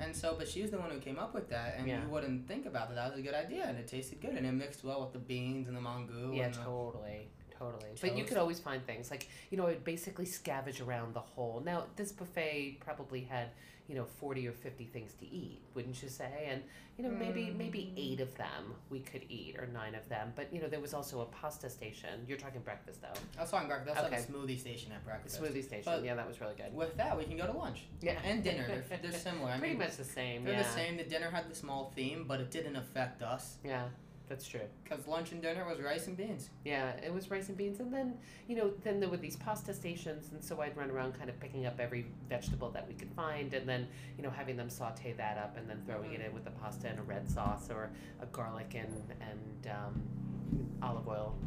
[SPEAKER 1] And so, but she was the one who came up with that, and
[SPEAKER 3] Yeah.
[SPEAKER 1] you wouldn't think about that. That was a good idea, and it tasted good, and it mixed well with the beans and the mango.
[SPEAKER 3] yeah,
[SPEAKER 1] and the,
[SPEAKER 3] totally, totally. But you could
[SPEAKER 1] Toast.
[SPEAKER 3] always find things like, you know, I would basically scavenge around the whole. Now, this buffet probably had, you know, forty or fifty things to eat, wouldn't you say? And you know, maybe
[SPEAKER 1] Mm.
[SPEAKER 3] maybe eight of them we could eat, or nine of them. But you know, there was also a pasta station. You're talking breakfast though,
[SPEAKER 1] That's on breakfast. That's
[SPEAKER 3] Okay.
[SPEAKER 1] like a smoothie station at breakfast.
[SPEAKER 3] the smoothie station.
[SPEAKER 1] But-
[SPEAKER 3] yeah, that was really good.
[SPEAKER 1] With that, we can go to lunch
[SPEAKER 3] Yeah,
[SPEAKER 1] and dinner. They're, they're similar. I
[SPEAKER 3] pretty
[SPEAKER 1] mean,
[SPEAKER 3] much the same.
[SPEAKER 1] They're
[SPEAKER 3] yeah.
[SPEAKER 1] the same. The dinner had the small theme, but it didn't affect us
[SPEAKER 3] Yeah, that's true.
[SPEAKER 1] because lunch and dinner was rice and beans.
[SPEAKER 3] Yeah, it was rice and beans, and then you know, then there were these pasta stations, and so I'd run around kind of picking up every vegetable that we could find, and then you know having them saute that up, and then throwing it
[SPEAKER 1] Mm-hmm.
[SPEAKER 3] in with the pasta and a red sauce or a garlic and and um, olive oil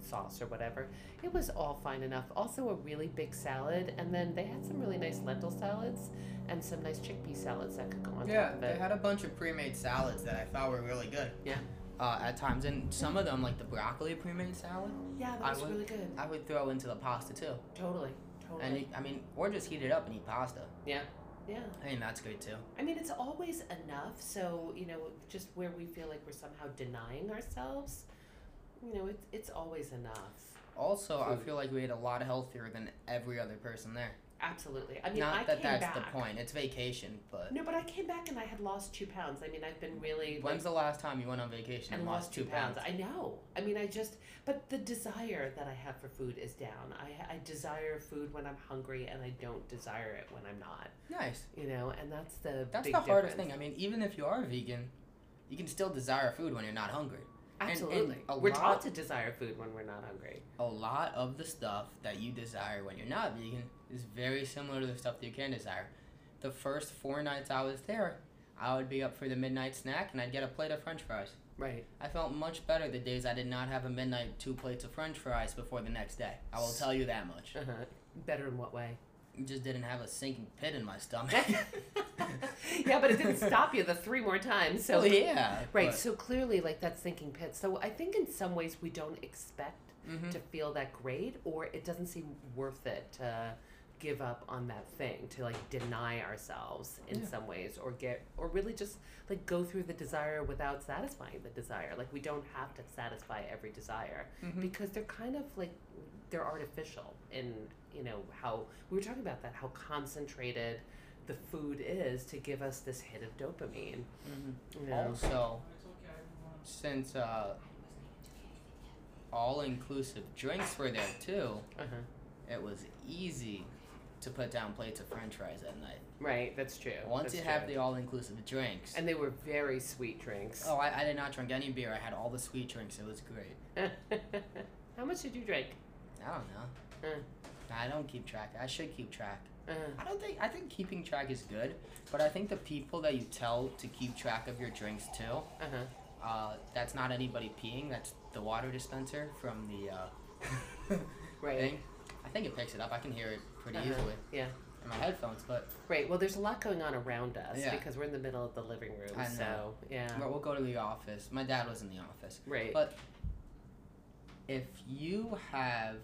[SPEAKER 3] sauce or whatever. It was all fine enough. Also a really big salad, and then they had some really nice lentil salads and some nice chickpea salads that could go on
[SPEAKER 1] Yeah,
[SPEAKER 3] top of
[SPEAKER 1] they
[SPEAKER 3] it.
[SPEAKER 1] had a bunch of pre-made salads that I thought were really good.
[SPEAKER 3] Yeah.
[SPEAKER 1] Uh, at times, and some of them, like the broccoli pre-made salad,
[SPEAKER 3] Yeah,
[SPEAKER 1] I
[SPEAKER 3] that was
[SPEAKER 1] would-
[SPEAKER 3] really good.
[SPEAKER 1] I would throw into the pasta too.
[SPEAKER 3] Totally, totally.
[SPEAKER 1] And you, I mean, or just heat it up and eat pasta.
[SPEAKER 3] yeah.
[SPEAKER 1] I mean, that's good too.
[SPEAKER 3] I mean, it's always enough. So, you know, just where we feel like we're somehow denying ourselves, you know, it's, it's always enough.
[SPEAKER 1] Also, I
[SPEAKER 3] Food.
[SPEAKER 1] feel like we ate a lot healthier than every other person there.
[SPEAKER 3] Absolutely. I mean,
[SPEAKER 1] Not
[SPEAKER 3] I
[SPEAKER 1] that
[SPEAKER 3] came
[SPEAKER 1] that's the
[SPEAKER 3] back.
[SPEAKER 1] point. It's vacation, but
[SPEAKER 3] No, but I came back and I had lost two pounds. I mean, I've been really.
[SPEAKER 1] when's
[SPEAKER 3] like,
[SPEAKER 1] the last time you went on vacation and,
[SPEAKER 3] and
[SPEAKER 1] lost two pounds?
[SPEAKER 3] I know. I mean, I just. But the desire that I have for food is down. I, I desire food when I'm hungry and I don't desire it when I'm not.
[SPEAKER 1] Nice.
[SPEAKER 3] You know, and that's the.
[SPEAKER 1] That's
[SPEAKER 3] big
[SPEAKER 1] the hardest
[SPEAKER 3] difference.
[SPEAKER 1] thing. I mean, even if you are vegan, you can still desire food when you're not hungry. and
[SPEAKER 3] Absolutely.
[SPEAKER 1] a
[SPEAKER 3] we're
[SPEAKER 1] lot-
[SPEAKER 3] taught to desire food when we're not hungry.
[SPEAKER 1] A lot of the stuff that you desire when you're not vegan is very similar to the stuff that you can desire. The first four nights I was there, I would be up for the midnight snack and I'd get a plate of french fries.
[SPEAKER 3] Right.
[SPEAKER 1] I felt much better the days I did not have a midnight two plates of french fries before the next day. I will tell you that much.
[SPEAKER 3] Uh-huh. Better in what way?
[SPEAKER 1] It just didn't have a sinking pit in my stomach.
[SPEAKER 3] yeah, but it didn't stop you the three more times. So
[SPEAKER 1] Well, yeah.
[SPEAKER 3] right.
[SPEAKER 1] but-
[SPEAKER 3] So clearly, like that sinking pit. So I think in some ways we don't expect
[SPEAKER 1] Mhm.
[SPEAKER 3] to feel that great, or it doesn't seem worth it to give up on that thing to like deny ourselves in
[SPEAKER 1] Yeah.
[SPEAKER 3] some ways or get or really just like go through the desire without satisfying the desire like we don't have to satisfy every desire
[SPEAKER 1] Mhm.
[SPEAKER 3] because they're kind of like they're artificial in you know how we were talking about that how concentrated the food is to give us this hit of dopamine
[SPEAKER 1] Mhm.
[SPEAKER 3] you know?
[SPEAKER 1] Also, since uh, all inclusive drinks were there too,
[SPEAKER 3] Uh-huh.
[SPEAKER 1] it was easy to put down plates of french fries at night.
[SPEAKER 3] right that's true
[SPEAKER 1] Once
[SPEAKER 3] that's
[SPEAKER 1] you have
[SPEAKER 3] true.
[SPEAKER 1] the all inclusive drinks.
[SPEAKER 3] and they were very sweet drinks
[SPEAKER 1] Oh, I, I did not drink any beer. I had all the sweet drinks. It was great.
[SPEAKER 3] how much did you drink
[SPEAKER 1] I don't know.
[SPEAKER 3] Mm.
[SPEAKER 1] I don't keep track. I should keep track.
[SPEAKER 3] Uh,
[SPEAKER 1] I don't think I think keeping track is good, but I think the people that you tell to keep track of your drinks too,
[SPEAKER 3] uh-huh.
[SPEAKER 1] uh, that's not anybody peeing. That's the water dispenser from the uh,
[SPEAKER 3] Right.
[SPEAKER 1] thing. I think it picks it up. I can hear it pretty
[SPEAKER 3] Uh-huh.
[SPEAKER 1] easily
[SPEAKER 3] Yeah.
[SPEAKER 1] in my headphones, but
[SPEAKER 3] Right. Well, there's a lot going on around us
[SPEAKER 1] Yeah.
[SPEAKER 3] because we're in the middle of the living room.
[SPEAKER 1] I
[SPEAKER 3] So,
[SPEAKER 1] know.
[SPEAKER 3] yeah.
[SPEAKER 1] but we'll go to the office. My dad was in the office.
[SPEAKER 3] Right.
[SPEAKER 1] But if you have,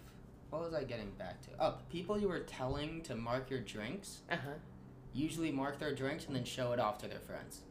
[SPEAKER 1] what was I getting back to? Oh, the people you were telling to mark your drinks
[SPEAKER 3] uh-huh.
[SPEAKER 1] usually mark their drinks and then show it off to their friends.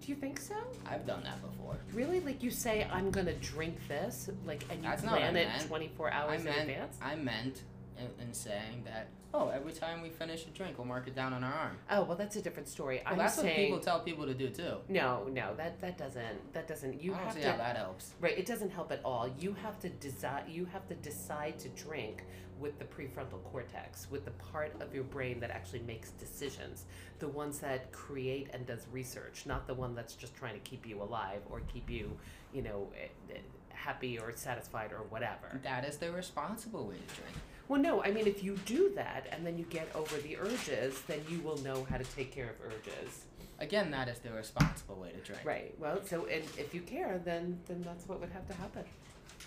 [SPEAKER 3] Do you think so?
[SPEAKER 1] I've done that before.
[SPEAKER 3] Really? Like you say, I'm gonna drink this, like, and you
[SPEAKER 1] That's not what I
[SPEAKER 3] plan it
[SPEAKER 1] meant.
[SPEAKER 3] 24 hours
[SPEAKER 1] I meant,
[SPEAKER 3] in advance.
[SPEAKER 1] I meant in, in saying that. Oh, every time we finish a drink, we'll mark it down on our arm.
[SPEAKER 3] Oh, well, that's a different story.
[SPEAKER 1] Well,
[SPEAKER 3] I'm
[SPEAKER 1] that's what
[SPEAKER 3] saying
[SPEAKER 1] people tell people to do too.
[SPEAKER 3] no, no. That that doesn't that doesn't. You
[SPEAKER 1] I don't
[SPEAKER 3] have
[SPEAKER 1] see
[SPEAKER 3] to
[SPEAKER 1] how that helps.
[SPEAKER 3] right. It doesn't help at all. You have to decide. You have to decide to drink with the prefrontal cortex, with the part of your brain that actually makes decisions, the ones that create and does research, not the one that's just trying to keep you alive or keep you, you know, eh, eh, happy or satisfied or whatever.
[SPEAKER 1] That is the responsible way to drink.
[SPEAKER 3] Well, no, I mean, if you do that and then you get over the urges, then you will know how to take care of urges.
[SPEAKER 1] Again, that is the responsible way to drink.
[SPEAKER 3] Right. Well, so and if you care, then then that's what would have to happen.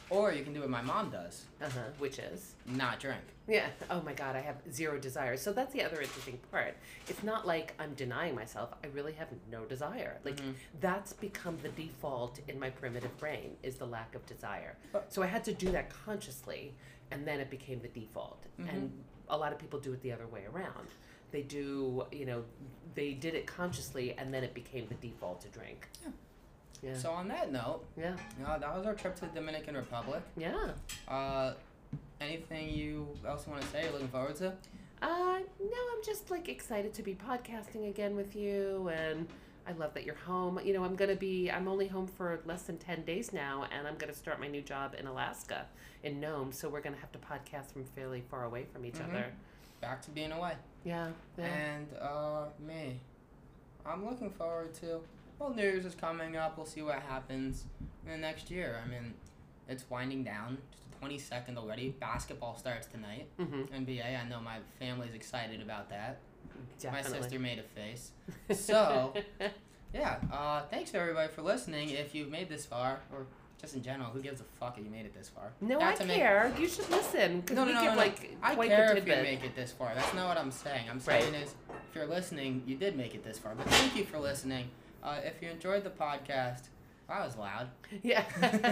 [SPEAKER 1] Or you can do what my mom does,
[SPEAKER 3] Uh huh. Which is.
[SPEAKER 1] not drink.
[SPEAKER 3] Yeah. Oh my God, I have zero desire. So that's the other interesting part. It's not like I'm denying myself. I really have no desire. Like
[SPEAKER 1] Mhm.
[SPEAKER 3] that's become the default in my primitive brain is the lack of desire.
[SPEAKER 1] But-
[SPEAKER 3] So I had to do that consciously, and then it became the default.
[SPEAKER 1] Mm-hmm.
[SPEAKER 3] And a lot of people do it the other way around. They do, you know, they did it consciously, and then it became the default to drink.
[SPEAKER 1] Yeah.
[SPEAKER 3] Yeah.
[SPEAKER 1] So on that note,
[SPEAKER 3] yeah.
[SPEAKER 1] uh, that was our trip to the Dominican Republic.
[SPEAKER 3] Yeah.
[SPEAKER 1] Uh, anything you else want to say? You're looking forward to?
[SPEAKER 3] Uh, no, I'm just like excited to be podcasting again with you, and I love that you're home. You know, I'm gonna be, I'm only home for less than 10 days now, and I'm gonna start my new job in Alaska, in Nome, so we're gonna have to podcast from fairly far away from each
[SPEAKER 1] Mhm.
[SPEAKER 3] other.
[SPEAKER 1] Back to being away.
[SPEAKER 3] Yeah, yeah.
[SPEAKER 1] And uh, me, I'm looking forward to. Well, New Year's is coming up. We'll see what happens in the next year. I mean, it's winding down. It's the 22nd already. Basketball starts tonight.
[SPEAKER 3] hmm
[SPEAKER 1] NBA. I know my family's excited about that.
[SPEAKER 3] definitely.
[SPEAKER 1] My sister made a face. so- Yeah. Uh, thanks everybody for listening. If you've made this far, or just in general, who gives a fuck if you made it this far?
[SPEAKER 3] No,
[SPEAKER 1] Not
[SPEAKER 3] I
[SPEAKER 1] to make-
[SPEAKER 3] care. You should listen because
[SPEAKER 1] No,
[SPEAKER 3] we
[SPEAKER 1] no, no,
[SPEAKER 3] give
[SPEAKER 1] no, no.
[SPEAKER 3] like
[SPEAKER 1] I
[SPEAKER 3] quite
[SPEAKER 1] care
[SPEAKER 3] the
[SPEAKER 1] if you
[SPEAKER 3] tidbit.
[SPEAKER 1] make it this far. That's not what I'm saying. I'm saying is, if you're listening, you did make it this far. But thank you for listening. Uh, if you enjoyed the podcast, that was loud.
[SPEAKER 3] Yeah,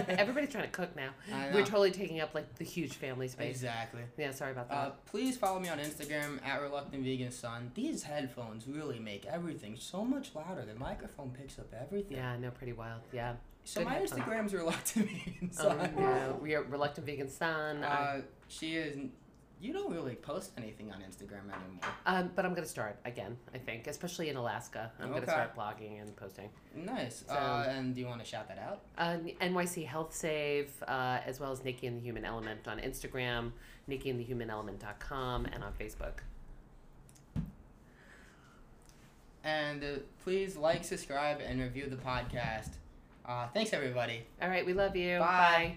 [SPEAKER 3] everybody's trying to cook now.
[SPEAKER 1] I know.
[SPEAKER 3] We're totally taking up like the huge family space.
[SPEAKER 1] Exactly.
[SPEAKER 3] Yeah, sorry about that.
[SPEAKER 1] Uh, please follow me on Instagram at reluctant vegan son. These headphones really make everything so much louder. The microphone picks up everything.
[SPEAKER 3] yeah, no, pretty wild. Yeah.
[SPEAKER 1] So
[SPEAKER 3] good
[SPEAKER 1] my
[SPEAKER 3] headphones.
[SPEAKER 1] Instagram's reluctant vegan
[SPEAKER 3] Oh
[SPEAKER 1] son.
[SPEAKER 3] no, we are reluctant vegan son. I-
[SPEAKER 1] Uh, she is. You don't really post anything on Instagram anymore.
[SPEAKER 3] um, but I'm gonna start again. I think, especially in Alaska, I'm gonna
[SPEAKER 1] Okay.
[SPEAKER 3] start blogging and posting.
[SPEAKER 1] Nice.
[SPEAKER 3] So-
[SPEAKER 1] uh, and do you want to shout that out?
[SPEAKER 3] Uh, NYC Health Save, uh, as well as Nikki and the Human Element on Instagram, nikkiandthehumanelement.com, and on Facebook.
[SPEAKER 1] And uh, please like, subscribe, and review the podcast. Uh, thanks, everybody.
[SPEAKER 3] All right, we love you.
[SPEAKER 1] Bye.